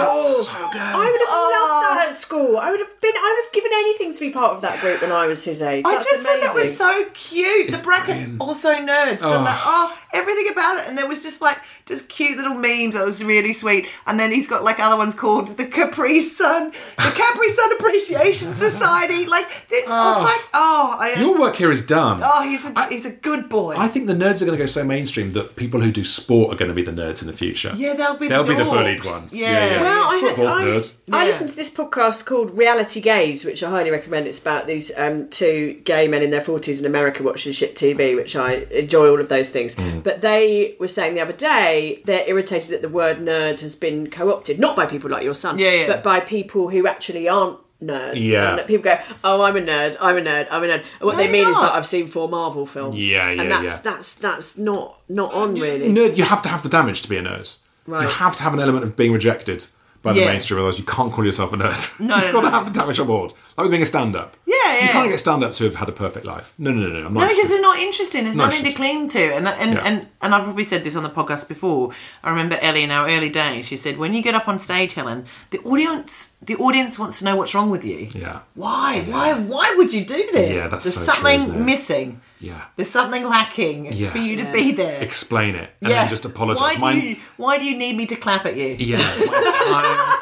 Oh, so I would have Oh. loved that at school. I would have been. I would have given anything to be part of that group when I was his age. I That's just thought that was amazing. so cute. the brackets also nerds. Oh. Oh. Like, oh, everything about it, and there was just like just cute little memes. That was really sweet. And then he's got like other ones called the Capri Sun, the Capri Sun Appreciation Society. Like it's, it's like oh, I, Your work here is done. oh, he's a, he's a good boy. I think the nerds are going to go so mainstream that people who do sport are going to be the nerds in the future. yeah, they'll be They'll the be the dorks. bullied ones. Yeah, Yeah, yeah. Well, I, Football I, nerd. I Yeah. listened to this podcast called Reality Gays, which I highly recommend. It's about these um, two gay men in their forties in America watching shit TV, which I enjoy all of those things. Mm. But they were saying the other day they're irritated that the word nerd has been co-opted, not by people like your son, Yeah, yeah. but by people who actually aren't. Nerds, Yeah. And that people go, oh, I'm a nerd, I'm a nerd, I'm a nerd. And what they you're mean is not. that I've seen four Marvel films, Yeah, yeah, and that's yeah. that's that's not not on really. Nerd, you have to have the damage to be a nerd. Right. You have to have an element of being rejected by the Yeah. mainstream, otherwise you can't call yourself a nerd. No, You've no, got to no. have the damage on board. Like with being a stand-up. Yeah, yeah. You can't get stand-ups who have had a perfect life. No, no, no, no. I'm not No, interested. because they're not interesting. There's No, nothing it's- to cling to, and and, Yeah. and and I've probably said this on the podcast before. I remember Ellie in our early days. She said, "When you get up on stage, Helen, the audience the audience wants to know what's wrong with you. Yeah. Why? Why? Why would you do this? Yeah, that's There's so true, something isn't it? missing. Yeah. There's something lacking Yeah. for you to be there. Explain it. And yeah. then just apologise. Why do Mine- you Why do you need me to clap at you? Yeah. My entire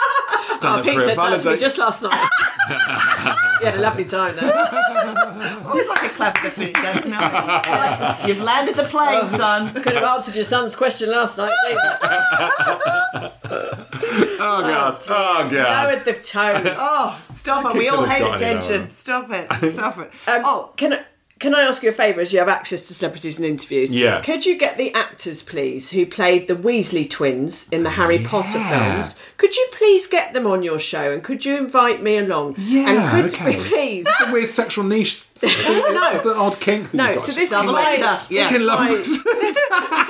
stand-up Pete career said that to me validates- just last night. he had a lovely time though. Always like a clap at the food. That's nice. Like, You've landed the plane, son. Could have answered your son's question last night. didn't you? Oh, God. Oh, God. Now it's the tone. Oh, stop it. We all could've hate got any of that attention. one. Stop it. Stop it. Um, oh, can I, can I ask you a favour? As you have access to celebrities and interviews, Yeah. Could you get the actors, please, who played the Weasley twins in the Harry Potter Yeah. films? Could you please get them on your show? And could you invite me along? Yeah, And could okay. we please? It's a weird sexual niche. It's an odd kink. That No, you've got. so this is double my, it up. Yeah. this, is Love my this. this, this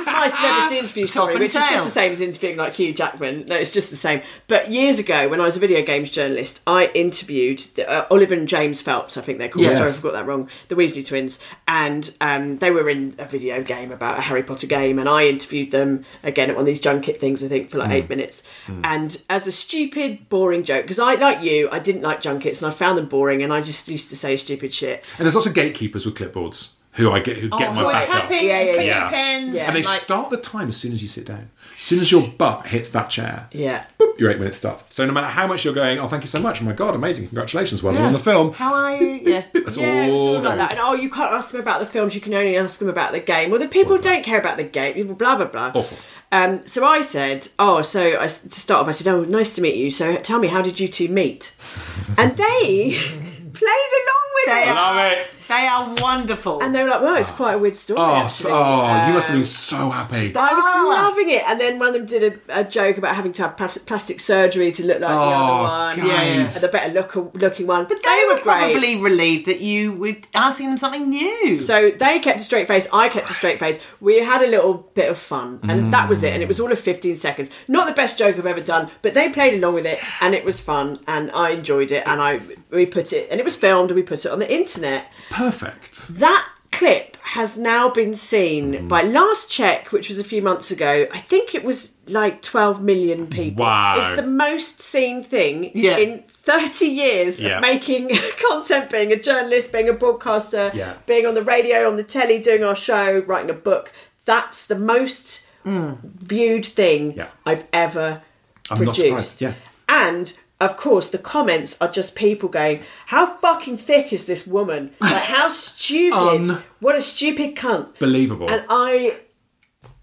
is my celebrity interview story, and which is tail. just the same as interviewing like Hugh Jackman. No, it's just the same. But years ago, when I was a video games journalist, I interviewed the, uh, Oliver and James Phelps, I think they're called. Yes. Sorry if I got that wrong. The Weasley twins, and um, they were in a video game about a Harry Potter game, and I interviewed them again at one of these junket things, I think, for Hmm. like eight minutes. And as a stupid, boring joke, because I like you, I didn't like junkets, and I found them boring, and I just used to say stupid shit. And there's lots of gatekeepers with clipboards who I get who get my we're back up. tapping, Yeah, yeah, clicking yeah. pens, Yeah. And they like- start the time as soon as you sit down. As soon as your butt hits that chair, Yeah. boop, your eight minutes starts. So no matter how much you're going, oh, thank you so much, oh my god, amazing, congratulations, well done on the film. How are you? Yeah. That's Yeah, it was all like going. that. And oh, you can't ask them about the films. You can only ask them about the game. Well, the people don't care about the game. People blah blah blah. Awful. Um, so I said, oh, so I s- to start off, I said, oh, nice to meet you. So tell me, how did you two meet? And they played along with They it. are- Love it. They are wonderful. And they were like, "Wow, it's quite a weird story." Oh, actually." so, oh you must have Um, been so happy. I was Ah. loving it, and then one of them did a, a joke about having to have plas- plastic surgery to look like the Oh, other one, guys. and a better look, looking one. but they, were, great. probably relieved that you were asking them something new. So they kept a straight face. I kept a straight face. We had a little bit of fun, and that was it. And it was all of 15 seconds. Not the best joke I've ever done, but they played along with it, and it was fun, and I enjoyed it. And I we put it, and it was filmed, and we put it on the internet. Perfect. That clip has now been Mm-hmm. seen by last check, which was a few months ago. I think it was like 12 million people. Wow. It's the most seen thing Yeah. in 30 years Yeah. of making content, being a journalist, being a broadcaster, Yeah. being on the radio, on the telly, doing our show, writing a book. That's the most viewed thing Yeah. I've ever I'm not produced. surprised. Yeah. And of course, the comments are just people going, "How fucking thick is this woman? Like, how stupid! Un- what a stupid cunt!" Believable. And I,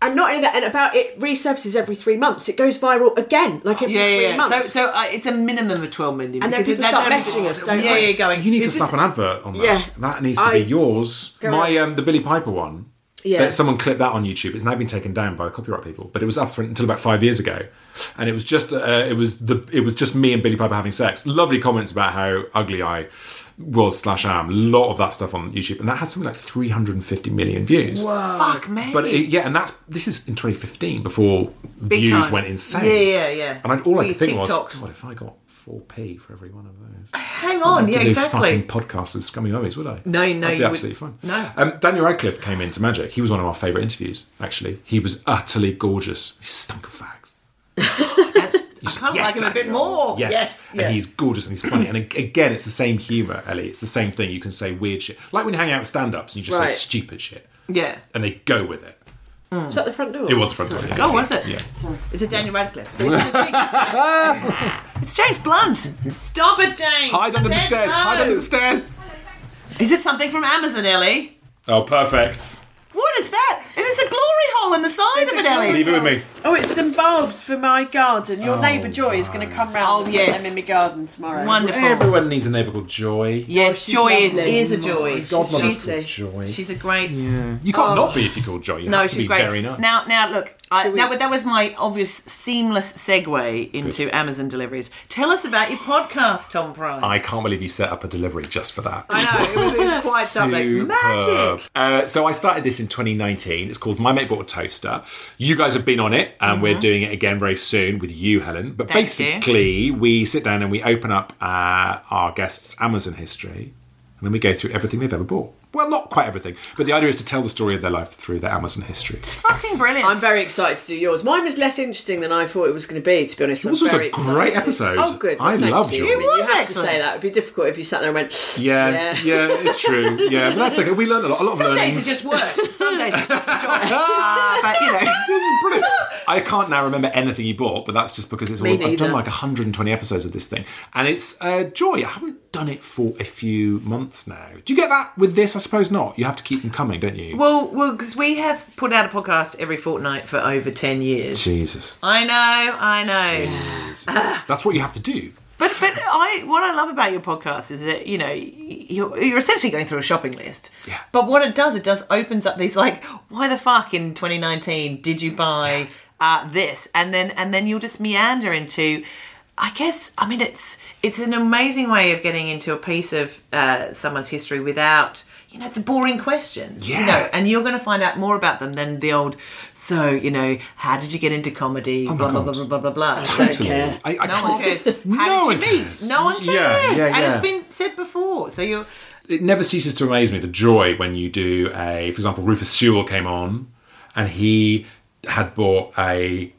and not only that, and about it resurfaces every three months. It goes viral again, like every yeah, three yeah. yeah. So, months. so uh, it's a minimum of twelve million. And then because people it- start that- messaging us, don't Yeah, they? yeah, going. You need to "Is slap an this- advert on that. Yeah. That needs to I- be yours. Go My on. um, the Billy Piper one. Yeah. That someone clipped that on YouTube. It's now been taken down by the copyright people, but it was up for until about five years ago, and it was just uh, it was the it was just me and Billy Piper having sex. Lovely comments about how ugly I was slash am. A lot of that stuff on YouTube, and that had something like three hundred and fifty million views. Fuck me. But it, yeah, and that's this is in 2015 before Big views time. went insane. Yeah, yeah, yeah. And I, all I We could think was, TikToked. God, if I got 4p for every one of those. Hang on. I'd Yeah, have to exactly. Do fucking podcasts with scummy mummies, would I? I'd No, no, you be would- absolutely fine. no. Um, Daniel Radcliffe came into Magic. He was one of our favourite interviews. Actually, he was utterly gorgeous. He stunk of fags. That's, I kind of like him a bit more. Yes. Yes. And yeah. he's gorgeous and he's funny. And ag- again, it's the same humour, Ellie. It's the same thing. You can say weird shit. Like when you hang out with stand ups and you just Right. say stupid shit. Yeah. And they go with it. was that the front door? It was front door. Oh, was it? Yeah. Is it Daniel Radcliffe? it's James Blunt. Stop it, James. Hide under the Said stairs. no. Hide under the stairs. Is it something from Amazon, Ellie? Oh, perfect. What is that? It is a glory hole in the side of it, Ellie. Leave it with me. Oh, it's some bulbs for my garden. Your neighbour Joy is going to come round. Oh, and put yes. them in my garden tomorrow. Wonderful. Everyone needs a neighbour called Joy. Oh, Oh. Yes, she's Joy is, lovely. is a joy. God love us she's, for she's, Joy. she's a great. You can't not be if you're called Joy. You Oh. No, have to she's be great. Very nice. Now, now, look, I, that, wa- that was my obvious seamless segue into Amazon deliveries. Tell us about your podcast, Tom Price. I can't believe you set up a delivery just for that. I know it was, it was quite something. Superb. Magic. Uh, so I started this in 2019. It's called My Mate Bought a Toaster. You guys have been on it, and we're doing it again very soon with you, Helen. But Mm-hmm. Thank you. basically, we sit down and we open up uh, our guests' Amazon history, and then we go through everything they've ever bought. Well, not quite everything, but the idea is to tell the story of their life through their Amazon history. Fucking brilliant. I'm very excited to do yours. Mine was less interesting than I thought it was going to be, to be honest. Yours I'm was a very great excited. episode. Oh, good. I Thank loved you. yours. I mean, It you was have excellent. to say that. It would be difficult if you sat there and went, Yeah, yeah, it's true. Yeah, but that's okay. We learned a lot. A lot of Some learnings. days it just works. Some days it's just a joy. Ah, but you know, This is brilliant. I can't now remember anything you bought, but that's just because it's all. Me I've done neither. like 120 episodes of this thing, and it's a joy. I haven't done it for a few months now. Do you get that with this? I suppose not. You have to keep them coming, don't you? well, well, because we have put out a podcast every fortnight for over ten years. Jesus, I know, I know. Jesus. that's what you have to do. But but I what I love about your podcast is that you know you're, you're essentially going through a shopping list. Yeah. But what it does, it does opens up these like, why the fuck in 2019 did you buy uh, this? And then and then you'll just meander into. I guess I mean it's it's an amazing way of getting into a piece of uh, someone's history without you know the boring questions. You Yeah. know, and you're going to find out more about them than the old. So you know, how did you get into comedy? Oh my blah, blah God. blah blah blah blah blah. Totally. care. I, I No can't. one cares. How No did you one meet? cares. No one cares. Yeah, yeah, And yeah. it's been said before. So you're it never ceases to amaze me the joy when you do a for example rufus sewell came on and he had bought a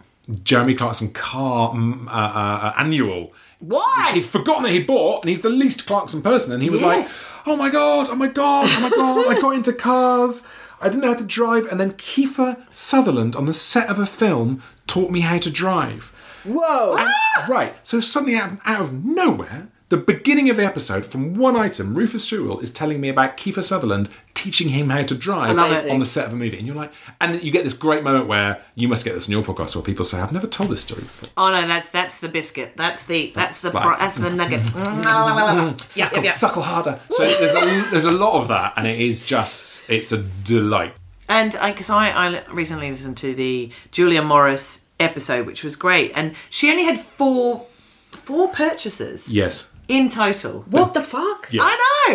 jeremy clarkson car mm, uh, uh, uh, annual Why? which he'd forgotten that he bought and he's the least clarkson person and he was Yes. like oh my god oh my god oh my god i got into cars i didn't know how to drive and then kiefer sutherland on the set of a film taught me how to drive whoa. Ah! Right, so suddenly out, out of nowhere, The beginning of the episode, from one item, Rufus Sewell is telling me about Kiefer Sutherland teaching him how to drive love it. on the set of a movie. And you're like, and you get this great moment where you must get this in your podcast where people say, I've never told this story before. Oh no, that's that's the biscuit. That's the that's, That's the like- Mm. pro, that's the nugget. yeah, yeah, Suckle, yeah. suckle harder. So there's a, there's a lot of that, and it is just, it's a delight. And because I, I recently listened to the Julia Morris episode, which was great, and she only had four four purchases Yes. in total. What the fuck? Yes. I know.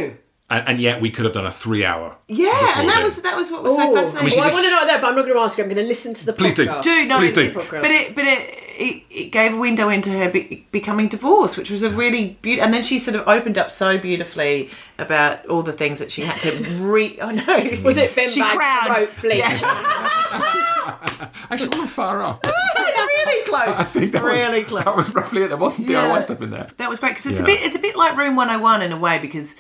And, and yet we could have done a three hour. Yeah, and that recording. was that was what was so Oh. fascinating. Well, I want to know that, but I'm not going to ask you. I'm going to listen to the Please do. podcast. do no, Please it- do. But it, but it, it, it gave a window into her be- becoming divorced, which was a really beautiful. And then she sort of opened up so beautifully about all the things that she had to re. Oh no, Was it Ben She Baggs cried. wrote Bleach? Actually, we were far off. really close? I think that really was, close. That was roughly it. There wasn't the Yeah. DIY stuff in there. That was great because it's Yeah. a bit it's a bit like Room 101 in a way because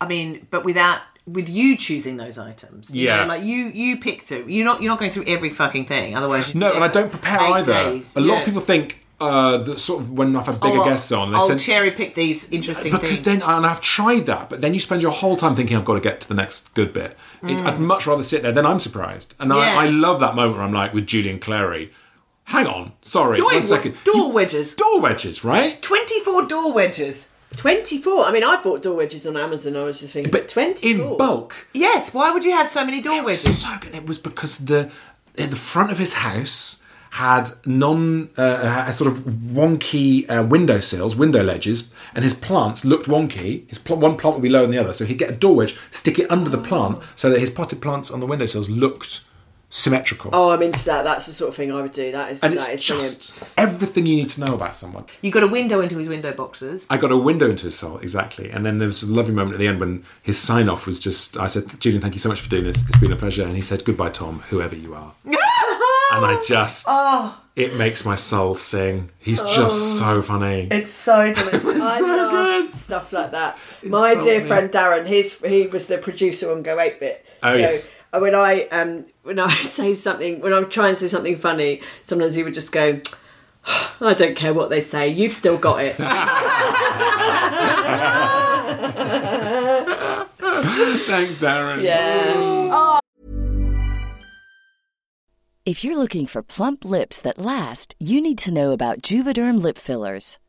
I mean, but without with you choosing those items. you Yeah. know, like you you pick through. You're not you're not going through every fucking thing. Otherwise, you'd No, be and I there don't for prepare eight either. days. A lot Yeah. of people think uh, that sort of when I've had bigger Oh, guests on, they I'll said cherry pick these interesting because things. then and I've tried that, but then you spend your whole time thinking I've got to get to the next good bit. It, I'd much rather sit there. Then I'm surprised, and Mm. Yeah. I, I love that moment where I'm like with Julian Clary. Hang on, sorry, Door- one second. Door wedges. Door wedges, right? 24 door wedges. 24. I mean, I bought door wedges on Amazon. I was just thinking, but 24. in bulk. Yes, why would you have so many door wedges? So good. It was because the at the front of his house had non uh, had sort of wonky uh, window sills, window ledges, and his plants looked wonky. His pl- one plant would be lower than the other, so he'd get a door wedge, stick it under the plant, so that his potted plants on the windowsills looked symmetrical. Oh, I'm into that. That's the sort of thing I would do. That is, and that it's is brilliant. just everything you need to know about someone. You got a window into his window boxes. I got a window into his soul, exactly. And then there was a lovely moment at the end when his sign off was just, I said, Julian, thank you so much for doing this. It's been a pleasure. And he said, goodbye, Tom, whoever you are. and I just, Oh. it makes my soul sing. He's just so funny. It's so delicious. I so love good. stuff like that. My so dear good. friend Darren, his he was the producer on Go Eight Bit. Oh, so yes. uh, When I um when I would say something when I'm trying to say something funny, sometimes he would just go. I don't care what they say. You've still got it. Thanks, Darren. Yeah. If you're looking for plump lips that last, you need to know about Juvederm lip fillers.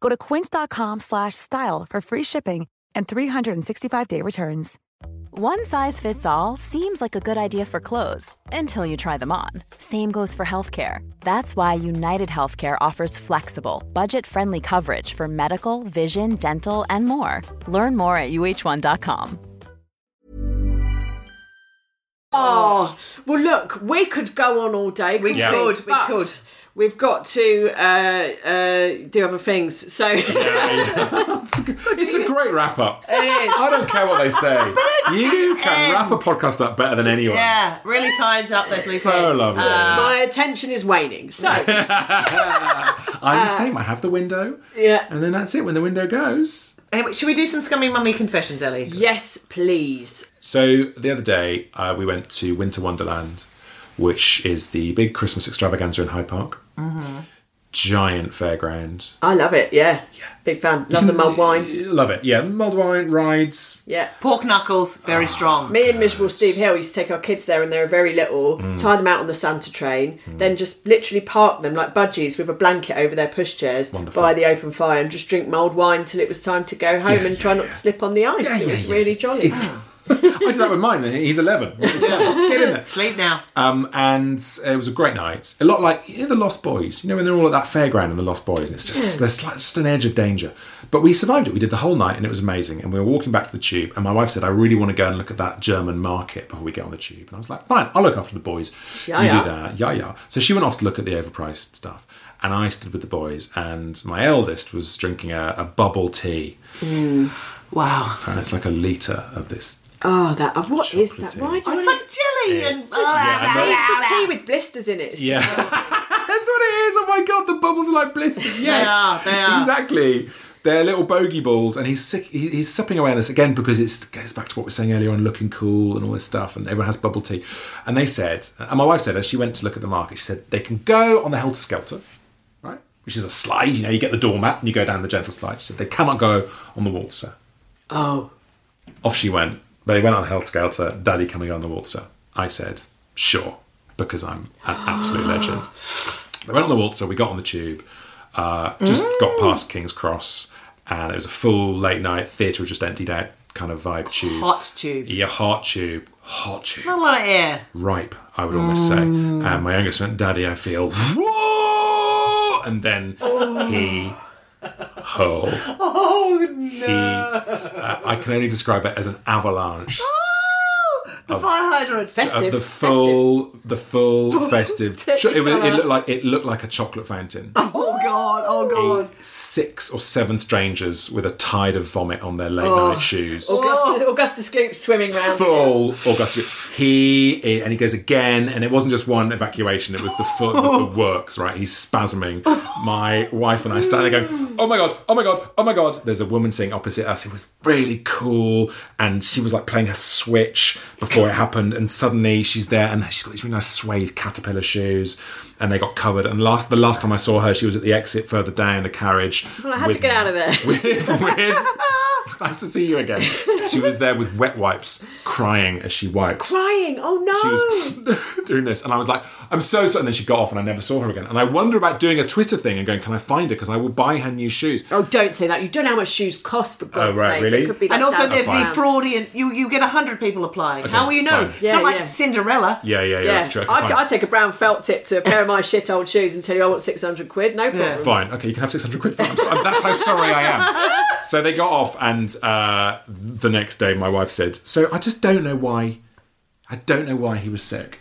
Go to quince.com/style slash style for free shipping and 365-day returns. One size fits all seems like a good idea for clothes until you try them on. Same goes for healthcare. That's why United Healthcare offers flexible, budget friendly coverage for medical, vision, dental, and more. Learn more at uh1.com. Oh well, look, we could go on all day. We Yeah. could, we could. We've got to uh, uh, do other things. So It's a great wrap up. I don't care what they say. you can wrap a podcast up better than anyone. yeah, really ties up those loose So ends. Uh, lovely. my attention is waning. So I'm the same. I have the window, Uh, yeah. and then that's it. When the window goes, Anyway, should we do some scummy mummy confessions, Ellie? Yes, please. So the other day, uh, we went to Winter Wonderland, which is the big Christmas extravaganza in Hyde Park. Giant fairground. I love it. Yeah. Big fan. Love the mulled wine. Love it. Yeah, mulled wine rides. Yeah. Pork knuckles, very Ah. strong. Me and miserable Steve Hill used to take our kids there, and they were very little. Tie them out on the Santa train, then just literally park them like budgies with a blanket over their pushchairs by the open fire, and just drink mulled wine till it was time to go home and try not to slip on the ice. it was really jolly. I did that with mine. He's eleven. It's fun. Get in there. Sleep now. Um, and it was a great night. A lot like you know, the Lost Boys. You know when they're all at that fairground and the Lost Boys, and it's just there's like, just an edge of danger. But we survived it. We did the whole night, and it was amazing. And we were walking back to the tube, and my wife said, "I really want to go and look at that German market before we get on the tube." And I was like, "Fine, I'll look after the boys. Yeah, you yeah. do that, yeah, yeah." So she went off to look at the overpriced stuff, and I stood with the boys. And my eldest was drinking a, a bubble tea, Wow. and it's like a liter of this. Oh, that. oh, What is that? Chocolatey. Why do Oh, you want it's like jelly It's and just- ah, yeah, I know. It's just tea with blisters in it. It's Yeah. That's what it is. Oh my god, the bubbles are like blisters. Yes. are, they are. Exactly. They're little bogey balls, and he's sick. he- He's supping away on this again because it goes back to what we were saying earlier on looking cool and all this stuff. And everyone has bubble tea. And they said, and my wife said, as she went to look at the market, she said, they can go on the helter skelter, right? Which is a slide, you know, you get the doormat and you go down the gentle slide. She said, they cannot go on the waltzer. Oh, Off she went. They went on the helter skelter, daddy coming on the waltzer. I said, sure, because I'm an absolute legend. They went on the waltzer, we got on the tube, uh, just got past King's Cross, and it was a full late night theatre, was just emptied out kind of vibe tube. hot tube. Yeah, hot tube, hot tube Not a lot of air. ripe, I would almost say. And my youngest went, Daddy, I feel. Whoa! And then he hurled. Oh, no. He, uh, I can only describe it as an avalanche. The fire hydrant. of festive. the full, the full festive. Cho- it, was, it looked like it looked like a chocolate fountain. Oh god, oh god. Six or seven strangers with a tide of vomit on their late night shoes. Augustus, Augustus Gloop swimming round. full Augustus. He and he goes again, and it wasn't just one evacuation; it was the full, it was the works. Right, he's spasming. My wife and I stand there going, "Oh my god! Oh my god! Oh my god!" There's a woman sitting opposite us who was really cool, and she was like playing her switch before it happened, and suddenly she's there, and she's got these really nice suede caterpillar shoes, and they got covered. And last the last time I saw her, she was at the exit further down the carriage. I had with- to get out of there. with, with it's nice to see you again. She was there with wet wipes, crying as she wiped. Crying. Oh no. She was doing this, and I was like, "I'm so sorry." And then she got off, and I never saw her again. And I wonder about doing a Twitter thing and going, "Can I find her? Because I will buy her new shoes." Oh, don't say that. You don't know how much shoes cost, for God's Oh, right, sake. really? It could be like And also there'd thousands be of pounds. fraudian you you get a hundred people applying. How will you know? fine. It's Yeah, not like yeah. Cinderella. Yeah, yeah, yeah. Yeah, That's true. I can I, find- I take a brown felt tip to a pair of my shit old shoes and tell you I want six hundred quid. No problem. Fine. Okay, you can have 600 quid. Fine. I'm so- that's how sorry I am. So they got off, and uh, the next day my wife said, So I just don't know why. I don't know why he was sick.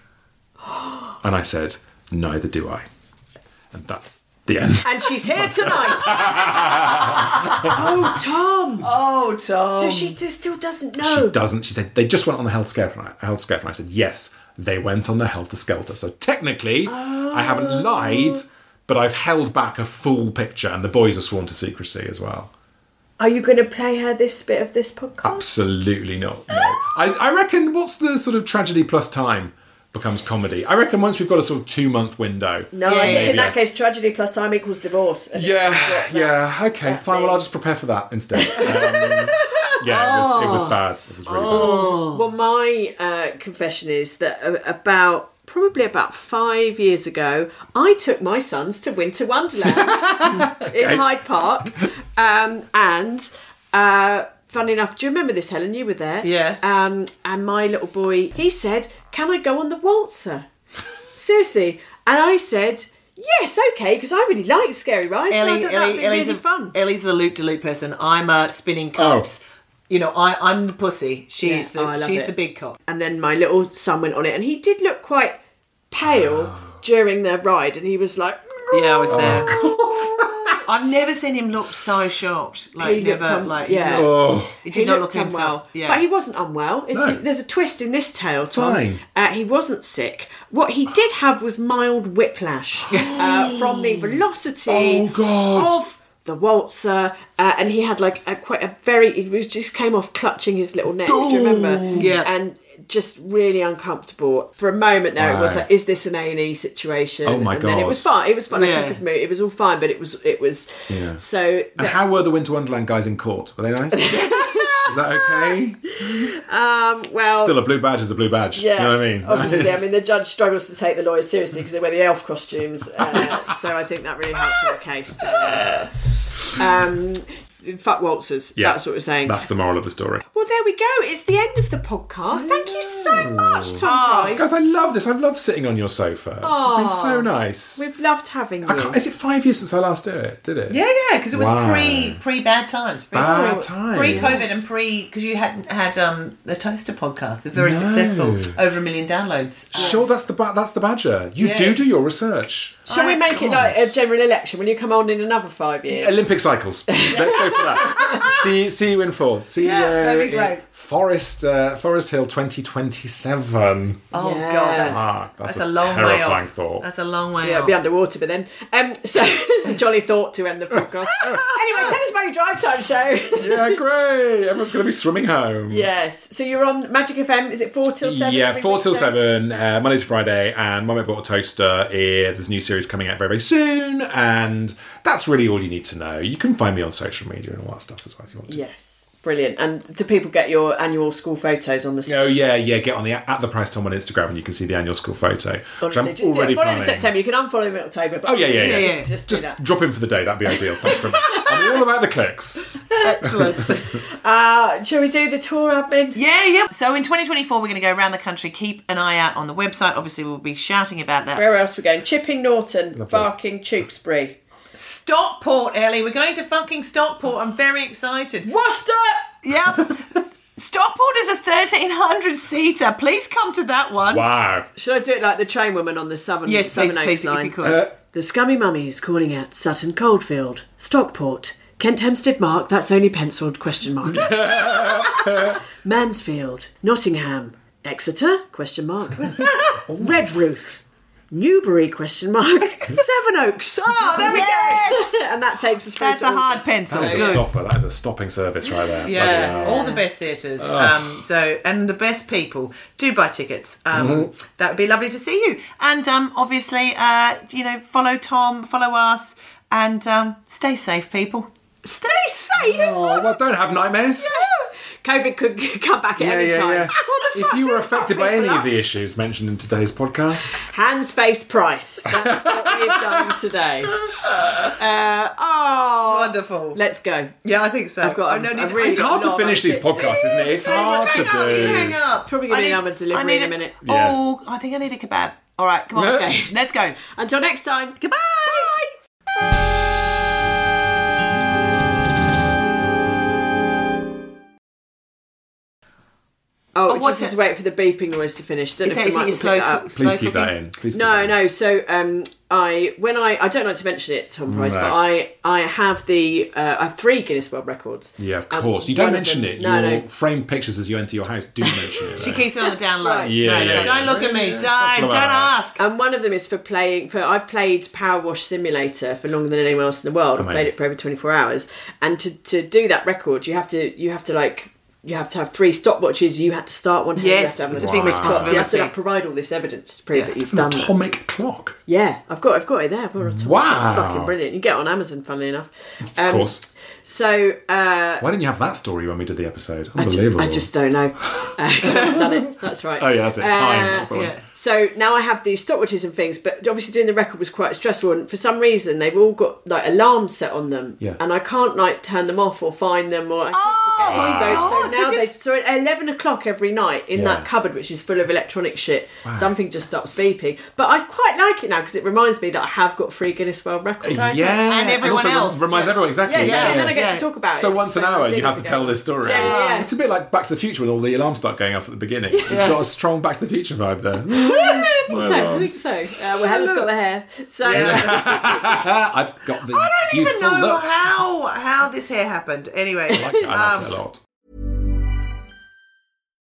And I said, Neither do I. And that's the end. And she's here tonight. oh, Tom. Oh Tom. So she just still doesn't She know. doesn't. She said, They just went on the health scare. And I, health scare. And I said, Yes, they went on the helter skelter. So technically, I haven't lied, but I've held back a full picture, and the boys are sworn to secrecy as well. Are you going to play her this bit of this podcast? Absolutely not. No. I, I reckon what's the sort of tragedy plus time becomes comedy. I reckon once we've got a sort of two month window. No, I think in maybe. that case, tragedy plus time equals divorce. And Yeah, it's not that- yeah, okay, that fine. Well, I'll means- just prepare for that instead. Um, yeah, it was, it Oh. was bad. It was really Well, my uh, confession is that uh, about probably about five years ago, I took my sons to Winter Wonderland in Hyde Park, um, and. Uh, Funny enough, do you remember this, Helen? You were there. Yeah. Um, and my little boy, he said, Can I go on the waltzer? Seriously. And I said, Yes, okay, because I really like scary rides. and I Ellie, thought that'd Ellie, be Ellie's, really a, fun. Ellie's the loop de loop person. I'm a spinning cops. Oh. You know, I, I'm the pussy. She's Yeah. Oh, I the love she's it. the big cop. and then my little son went on it and he did look quite pale during the ride and he was like Yeah, I was there. Oh, I've never seen him look so shocked. Like He looked never, un- like yeah. yeah. Oh. He did he not looked look himself. unwell Yeah. but he wasn't unwell it's, No. there's a twist in this tale Tom Fine. Uh, he wasn't sick what he did have was mild whiplash uh, from the velocity Oh, God. of the waltzer, uh, and he had like a quite a very. He was just came off clutching his little neck. Do you remember? Yeah. and. Just really uncomfortable for a moment. There, it was Right. like, is this an A and E situation? Oh my and Then it God. was fine. It was fine. Like, Yeah. I could move. It was all fine, but it was it was. Yeah. So And how were the Winter Wonderland guys in court? Were they nice? Is that okay? well, Still, a blue badge is a blue badge. Do you know what I mean? Obviously, That I is- mean the judge struggles to take the lawyers seriously because they wear the elf costumes, uh, so I think that really helped the case. To be honest. um, fuck waltzers. Yeah. That's what we're saying. That's the moral of the story. well, there we go. It's the end of the podcast. Thank you so much, Tom Guys, Price. I love this. I've loved sitting on your sofa. It's been so nice. We've loved having I can't- you. is it five years since I last did it? Did it? Yeah, yeah, because it was Wow. pre pre bad times, pre Bad times. pre COVID and pre because you hadn't had um the Toaster podcast, the very No. successful, over a million downloads. Uh, Sure, that's the ba- that's the badger. You Yeah. do do your research. Shall we I- make it like a general election? Will you come on in another five years? Olympic cycles. Let's go for that. see, see you in fall. See Yeah, you that'd be in great. Forest uh, Forest Hill 2027. Oh Yeah. god, that's, Ah, that's, that's a, a long way terrifying off. thought. That's a long way Yeah, it'll off. be underwater by then. Um, so it's a jolly thought to end the podcast. anyway, tell us about your drive time show. yeah, great. Everyone's going to be swimming home. yes. So you're on Magic FM. Is it four till seven? Yeah, every four till weekday? seven, uh, Monday to Friday, and Mum Mate Bought a Toaster. eh, There's a new series coming out very, very soon, and that's really all you need to know. You can find me on social media and all that stuff as well if you want to. Yes, brilliant. And do people get your annual school photos on the? Oh yeah, yeah. Get on the at the price Tom on Instagram, and you can see the annual school photo. which Honestly, I'm just do it. already Follow him in planning. September. You can unfollow him in October. But Oh yeah, yeah, yeah. Yeah, Just, yeah. Just, just, just do that. drop in for the day. That'd be ideal. Thanks very much. I'm all about the clicks. Excellent. Uh, shall we do the tour admin? yeah, yeah. So in 2024, we're going to go around the country. Keep an eye out on the website. Obviously, we'll be shouting about that. Where else we going? Chipping Norton, Barking, Tewkesbury. Stockport, Ellie. We're going to fucking Stockport. I'm very excited. What's that? Yeah. Stockport is a 1300 seater. Please come to that one. Wow. Should I do it like the train woman on the Southern Yes, Southern please, Oaks please, if line? you Uh, could. The Scummy Mummies calling out Sutton Coldfield, Stockport, Kent Hempstead Mark, that's only penciled question mark. Mansfield, Nottingham, Exeter, question mark. Oh Redruth, Newbury, question mark. Seven Oaks. Oh, there we go. and that takes us through That's to a hard August. pencil. That is a Good. stopper. That is a stopping service right there. Bloody Yeah, hell. Oh. all the best theatres. Um, so, and the best people do buy tickets. Um, Mm-hmm. That would be lovely to see you. And um, obviously, uh, you know, follow Tom, follow us, and um, stay safe, people. Stay safe. Oh, well, don't have nightmares. COVID could come back at any time. What the if fuck you do were affected fuck by any people of up? the issues mentioned in today's podcast, Hands, face, price. That's what we've done today. Uh, oh, Wonderful. Let's go. Yeah, I think so. I've got- I don't I've need- really it's hard No, to finish no, these podcasts, isn't it? It's So hard much- to hang up, you hang do. up. Probably gonna I be need- another delivery I need in a minute. Yeah. Oh, I think I need a kebab. All right, come on, okay, let's go. Until next time, goodbye. Oh, But it just has what's Oh, it- to wait for the beeping noise to finish. Don't Is know if it, is the mic it your will slow, pick that up. cook- slow Please keep cooking? that in. Please. Keep No, that in. no. So um, I when I I don't like to mention it, Tom Price, but I I have the uh, I have three Guinness World Records. Yeah, of Um, course. you one don't of mention them- it. No, Your no. framed pictures as you enter your house do mention it. She though. keeps it on the down low. right. Yeah, No, yeah, no, yeah. Don't look at me. Yeah, yeah, Don't, don't something like that. ask. And one of them is for playing. For I've played Power Wash Simulator for longer than anyone else in the world. I've Amazing. played it for over twenty four hours. And to, to do that record, you have to you have to like you have to have three stopwatches. You had to start one. hand, you Yes, have to have it's a another big stopwatch. You have to like, responsibility. provide all this evidence to prove that you've done. it. Atomic clock. Yeah, I've got I've got it there. I've got it on top. Wow. it's fucking brilliant. You get it on Amazon, funnily enough. Of course. So um, uh, Why didn't you have that story when we did the episode? I ju- Unbelievable. I just don't know. Uh, I've done it. That's right. Oh yeah, that's it. Time. Uh, That's the one. yeah. so now I have these stopwatches and things, but obviously doing the record was quite stressful. And for some reason, they've all got like alarms set on them, Yeah. and I can't like turn them off or find them. Or I keep forgetting. Oh my so, God, so now so they just- so at eleven o'clock every night in Yeah. that cupboard, which is full of electronic shit, something just stops beeping. But I quite like it now because it reminds me that I have got free Guinness World Record. Yeah, And everyone also else. reminds everyone exactly. Yeah, yeah, Yeah, and then I get yeah. to talk about it. So once an I hour, did you it have to together. tell this story. Yeah, yeah, yeah. It's a bit like Back to the Future when all the alarms start going off at the beginning. You've got a strong Back to the Future vibe there. I think so. I think so. Uh, well, Helen's got the hair. So uh, I've got the I don't even youthful know looks. how how this hair happened. Anyway, I like it. I like um, it a lot.